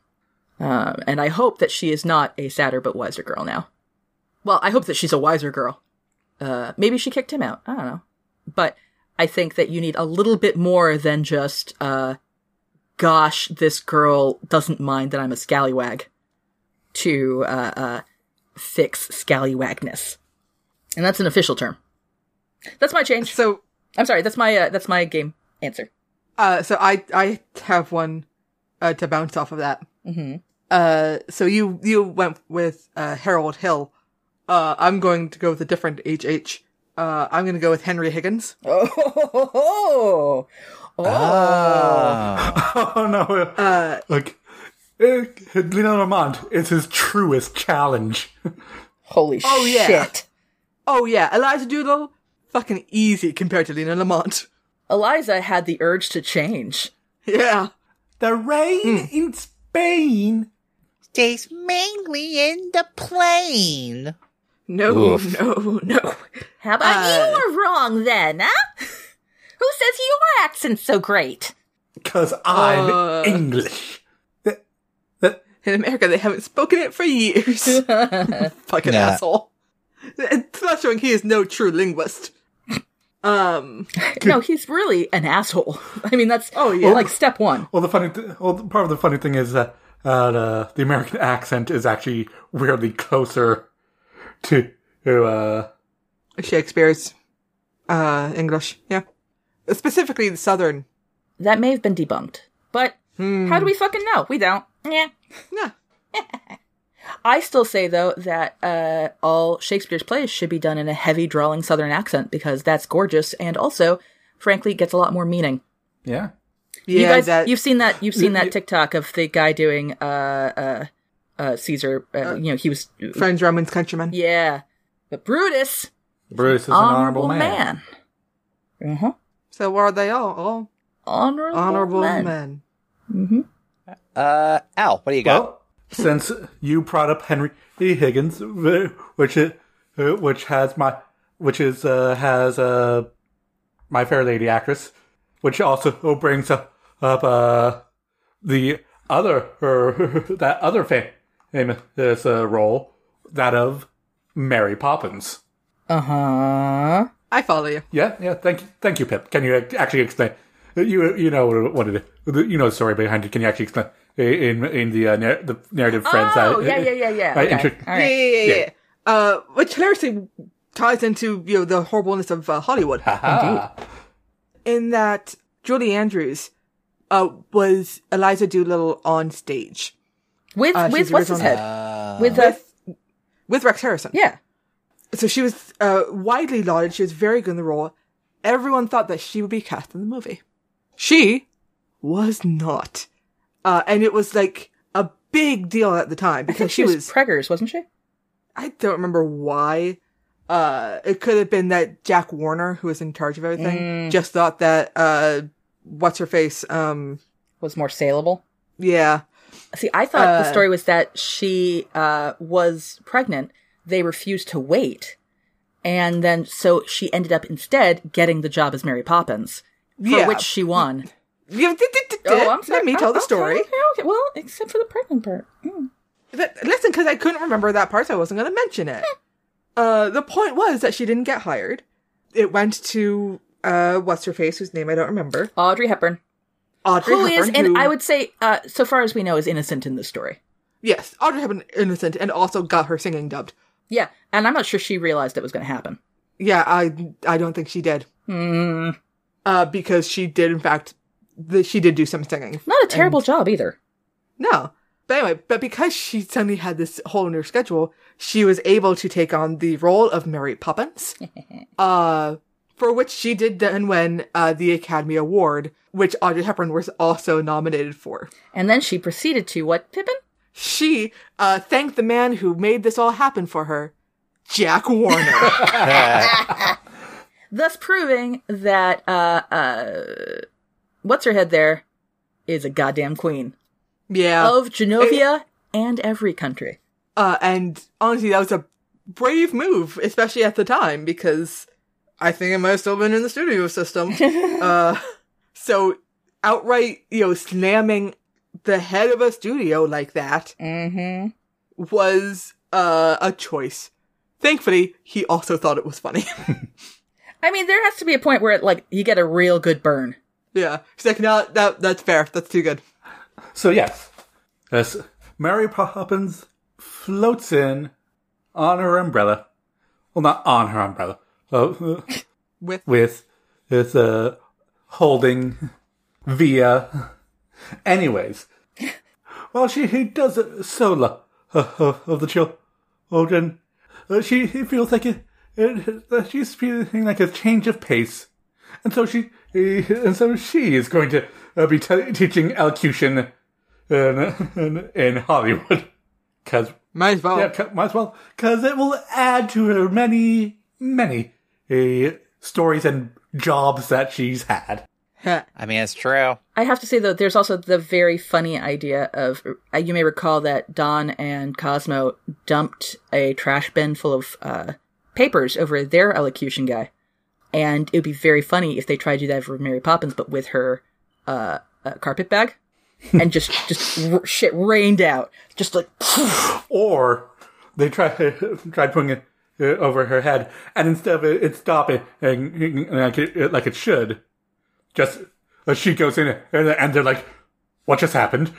E: Um, and I hope that she is not a sadder but wiser girl now. Well, I hope that she's a wiser girl. Uh, maybe she kicked him out. I don't know. But I think that you need a little bit more than just, uh, gosh, this girl doesn't mind that I'm a scallywag to uh, uh, fix scallywagness, and that's an official term. That's my change.
A: So,
E: I'm sorry. That's my uh, that's my game answer. *laughs*
A: uh, so I I have one uh, to bounce off of that.
E: hmm
A: Uh, so you you went with uh, Harold Hill. Uh, I'm going to go with a different HH. Uh, I'm going to go with Henry Higgins.
E: Oh, oh, oh, oh.
A: Ah.
B: *laughs*
C: Oh.
B: Oh no!
A: Uh,
B: Look, eh, Lino Normand is his truest challenge.
E: holy
A: Oh, yeah.
E: shit!
A: oh yeah, Elijah Doodle, fucking easy compared to Lena Lamont. *laughs*
E: Eliza had the urge to change.
A: Yeah.
B: The rain in Spain.
C: Stays mainly in the plane.
A: No,
C: Oof.
A: no, no.
E: How about
D: But
A: Uh,
D: you were wrong then,
E: *laughs*
D: huh? Who says your accent's
A: *laughs*
D: so great?
B: Because I'm
A: Uh.
B: English. That, that,
A: In America, they haven't spoken it for years. Fucking
C: Nah.
A: asshole. It's not showing he is no true linguist. Um,
E: no, he's really an asshole. *laughs* I mean, that's
A: Oh, yeah.
E: like step one.
B: well, the funny, th- well, part of the funny thing is that uh, the, the American *laughs* accent is actually weirdly closer to, to uh,
A: Shakespeare's, uh, English. Yeah. Specifically the Southern.
E: That may have been debunked, but
A: Hmm.
E: how do we fucking know? We don't. Yeah.
A: Yeah.
E: I still say though that uh, all Shakespeare's plays should be done in a heavy, drawling Southern accent because that's gorgeous and also, frankly, gets a lot more meaning.
B: yeah.
A: Yeah,
E: you guys,
A: that,
E: you've seen that. You've seen that TikTok of the guy doing uh, uh, uh, Caesar. Uh, you know, he was
A: Friends, Romans, countrymen.
E: yeah, but Brutus,
B: Bruce is an
E: honorable,
B: honorable man.
E: Um, man. Uh-huh.
A: So what are they all? All
E: Honorable,
A: honorable
E: man.
A: men.
C: Uh, Al, what do you got?
B: Well, since you brought up Henry E. Higgins, which is, which has my which is uh, has uh, my Fair Lady actress, which also brings up, up uh, the other her *laughs* that other fam- famous uh, role, that of Mary Poppins.
E: Uh huh.
A: I follow you.
B: Yeah, yeah. Thank you, thank you, Pip. Can you uh, actually explain? Uh, You you know what, what it you know the story behind it. Can you actually explain in in the uh, narr- the narrative friends?
E: Oh
B: I-
E: yeah, yeah, yeah, yeah.
B: I
E: Okay.
B: intro-
E: All right.
A: Yeah, yeah, yeah,
B: Yeah.
A: yeah. Uh, which hilariously ties into you know the horribleness of uh, Hollywood.
B: Ah.
A: in that Julie Andrews uh, was Eliza Doolittle on stage
E: With
A: Uh,
E: with
A: she's
E: what's his
A: original-
E: head? with uh,
A: with with Rex Harrison.
E: yeah.
A: So she was uh, widely lauded. She was very good in the role. Everyone thought that she would be cast in the movie. She was not. Uh, and it was like a big deal at the time
E: I think
A: because
E: she was preggers, wasn't she?
A: I don't remember why. Uh, it could have been that Jack Warner, who was in charge of everything,
E: Mm.
A: just thought that, uh, what's her face? Um,
E: Was more saleable.
A: yeah.
E: See, I thought the
A: Uh,
E: story was that she uh, was pregnant. They refused to wait. And then, so she ended up instead getting the job as Mary Poppins, for
A: Yeah.
E: which she won.
A: Yeah, d- d- d-
E: Oh,
A: Let me tell the
E: Okay,
A: story.
E: okay, okay. Well, except for the pregnant part. Mm.
A: But listen, because I couldn't remember that part, so I wasn't going to mention
E: Hmm.
A: it. uh, the point was that she didn't get hired. It went to, uh, what's her face, whose name I don't remember.
E: Audrey Hepburn,
A: Audrey
E: who is,
A: Hepburn,
E: and
A: who-
E: I would say, uh, so far as we know, is innocent in this story.
A: Yes, Audrey Hepburn, innocent, and also got her singing dubbed.
E: Yeah, and I'm not sure she realized it was going to happen.
A: Yeah, I, I don't think she did.
E: Mm,
A: Uh, because she did, in fact, the, she did do some singing.
E: not a terrible job either.
A: No. But anyway, but because she suddenly had this whole new schedule, she was able to take on the role of Mary Poppins, uh, for which she did then win uh, the Academy Award, which Audrey Hepburn was also nominated for.
E: And then she proceeded to what, Pippin?
A: She uh, thanked the man who made this all happen for her, Jack Warner.
C: Uh,
E: Thus proving that, uh, uh, what's her head there is a goddamn queen
A: yeah.
E: of
A: Eh.
E: Genovia and every country.
A: Uh, and honestly, that was a brave move, especially at the time, because I think it might have still been in the studio system. uh, so outright, you know, slamming the head of a studio like that
E: Mm-hmm.
A: was uh, a choice. Thankfully, he also thought it was funny. *laughs*
E: I mean, there has to be a point where, like, you get a real good burn.
A: yeah, he's like, no, that that's fair. That's too good.
B: So yes, as Mary Poppins floats in on her umbrella, well, not on her umbrella, uh,
A: With
B: with with uh, holding via. Anyways, well, she who does it solo of the children, uh, she feels like it, it, that she's feeling like a change of pace, and so she and so she is going to uh, be te- teaching elocution in, in, in Hollywood because
A: might as well.
B: yeah, c- might as well, because it will add to her many, many uh, stories and jobs that she's had.
C: *laughs* I mean, it's true.
E: I have to say though, there's also the very funny idea of uh, you may recall that Don and Cosmo dumped a trash bin full of uh, papers over their elocution guy, and it would be very funny if they tried to do that for Mary Poppins, but with her uh, uh, carpet bag, and just *laughs* just r- shit rained out, just like *sighs*
B: Or they try *laughs* tried putting it uh, over her head, and instead of it, it stop it and, and like it like it should, just uh, she goes in and, and they're like, "What just happened?"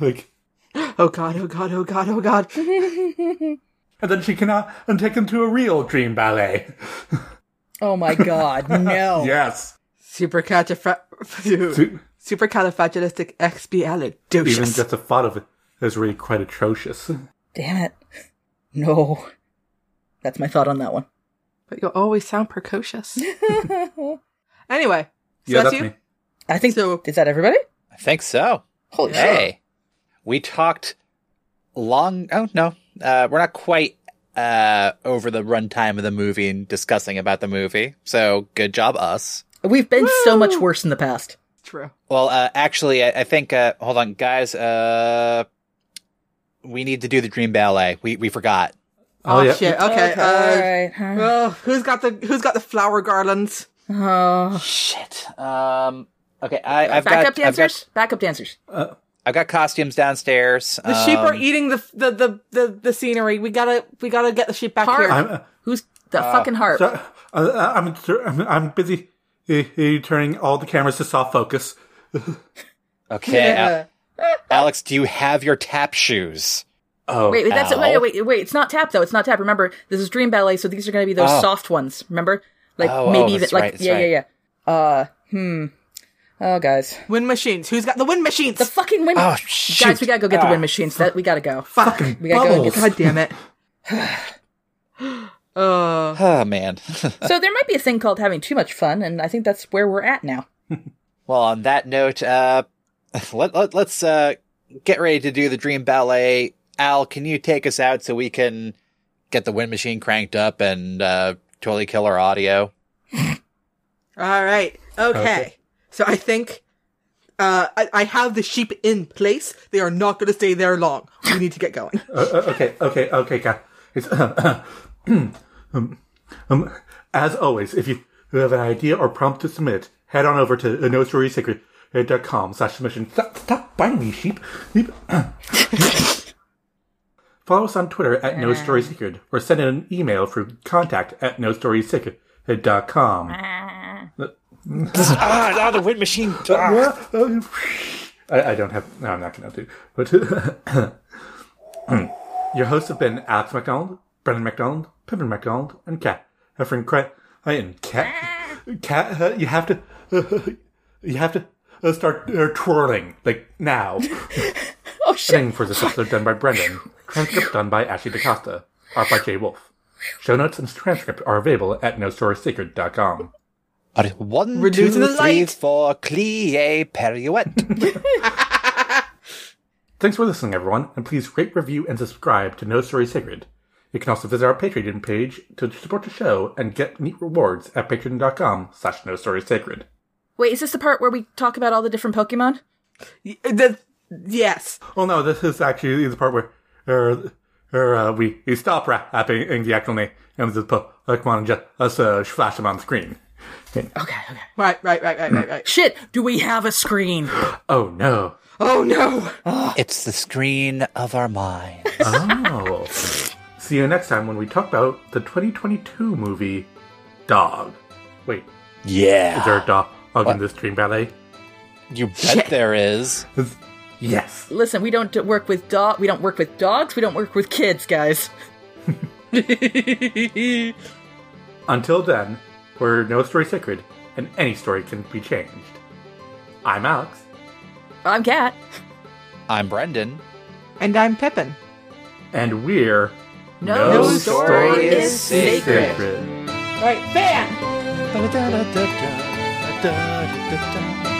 B: Like,
A: Oh god. Oh god. Oh god. Oh god.
B: and then she cannot and take them to a real dream ballet.
E: oh my god,
A: Oh.
E: no,
B: Yes,
A: Super catch *laughs*
B: Su-
A: Supercalifragilisticexpialidocious.
B: even just the thought of it is really quite atrocious.
E: damn it, no. That's my thought on that one.
A: but you'll always sound *laughs* precocious. anyway, so
B: yeah,
A: that's,
B: that's
A: you.
B: me.
E: I think
A: So-
E: is that everybody?
C: I think so.
E: Holy shit!
C: Hey, we talked long. Oh no, uh, we're not quite uh, over the runtime of the movie and discussing about the movie. So good job, us.
E: We've been so much worse in the past.
A: True.
C: Well, uh, actually, I, I think. Uh, hold on, guys. Uh, we need to do the Dream Ballet. We we forgot.
A: Oh,
B: yeah.
A: shit. Okay. uh,
E: all right.
A: well, who's got the who's got the flower garlands?
E: Oh.
C: Shit. Um. Okay. I, I've
E: Backup
C: got. I've
E: dancers.
C: got.
E: Backup dancers.
C: I've got costumes downstairs.
A: The sheep are
C: um,
A: eating the, the the the the scenery. We gotta we gotta get the sheep back
E: Harp.
A: here.
B: I'm, uh,
E: Who's the fucking harp?
B: So, uh, I'm, I'm I'm busy uh, uh, turning all the cameras to soft focus.
C: Okay. *laughs* Al- Alex, do you have your tap shoes?
B: Oh,
E: wait, wait, that's
C: Ow.
E: wait, wait, wait. It's not tap though. It's not tap. Remember, this is dream ballet, so these are going to be those
C: Oh.
E: soft ones. Remember, like
C: Oh,
E: maybe
C: oh,
E: even
C: that's
E: like
C: right, that's
E: yeah,
C: right.
E: yeah, yeah. Uh, hmm. Oh, guys,
A: Wind machines. Who's got the wind machines?
E: the fucking wind.
C: Oh, shoot.
E: Guys, we gotta go get the
B: Ah.
E: wind machines. That we gotta go.
A: fuck.
E: We gotta go and get
B: Bubbles.
A: God damn it. uh,
C: *sighs* Oh man. *laughs*
E: So there might be a thing called having too much fun, and I think that's where we're at now.
C: *laughs* well, on that note, uh, let, let let's uh get ready to do the dream ballet. Al, can you take us out so we can get the wind machine cranked up and uh, totally kill our audio?
A: *laughs* All right. Okay.
B: Okay.
A: So I think uh, I, I have the sheep in place. They are not going to stay there long. We need to get going.
B: Uh, uh, okay, okay, okay, guys. It's, *coughs* um, um, as always, if you have an idea or prompt to submit, head on over to notorysecret.com slash submission. Stop, stop biting me, sheep. Sheep. *coughs* Follow us on Twitter
E: Uh.
B: at No Story Secret or send in an email through contact at
E: Uh.
B: nosttorysecret.com.
C: Ah, ah, the wind machine. Ah.
B: I, I don't have... No, I'm not going to do it. But... *coughs* Your hosts have been Alex McDonald, Brendan McDonald, Pippin McDonald, and Cat. Her friend Cry and Cat. Cat, uh, you have to, *laughs* you have to uh, start uh, twirling like now.
E: Oh shit!
B: Editing for this episode done by Brendan. Transcript done by Ashley DaCosta. Art by Jay Wolf. Show notes and transcript are available at nostorysecret.com.
C: All right, One,
A: Reducing
C: two,
A: the
C: three,
A: light.
C: four, Clie Peruette.
B: Thanks for listening, everyone, and please rate, review, and subscribe to No Story Sacred. You can also visit our Patreon page to support the show and get neat rewards at patreon.com slash no story sacred.
E: Wait, is this the part where we talk about all the different Pokemon?
A: Y- the- yes.
B: Well, Oh, no, this is actually the part where er, er, uh, we, we stop rapping in the actual name and the po- Pokemon and just us uh, flash them on the screen.
E: Okay, okay.
A: Right, right, right, right, right, right.
E: Shit! Do we have a screen?
B: Oh no!
A: Oh no.
C: It's the screen of our mind.
B: Oh. See you next time when we talk about the 2022 movie Dog. Wait,
C: Yeah.
B: is there a dog in this dream ballet?
C: you bet there is.
B: Yes.
E: Listen, we don't do- work with dog. We don't work with dogs. We don't work with kids, guys.
B: Until then, we're no story sacred, and any story can be changed. I'm Alex.
E: I'm Kat.
C: I'm Brendan.
A: And I'm Pippin.
B: and we're
E: No
A: Story is
E: Sacred.
A: All right, bam.
C: Da-da-da-da-da, da-da-da-da.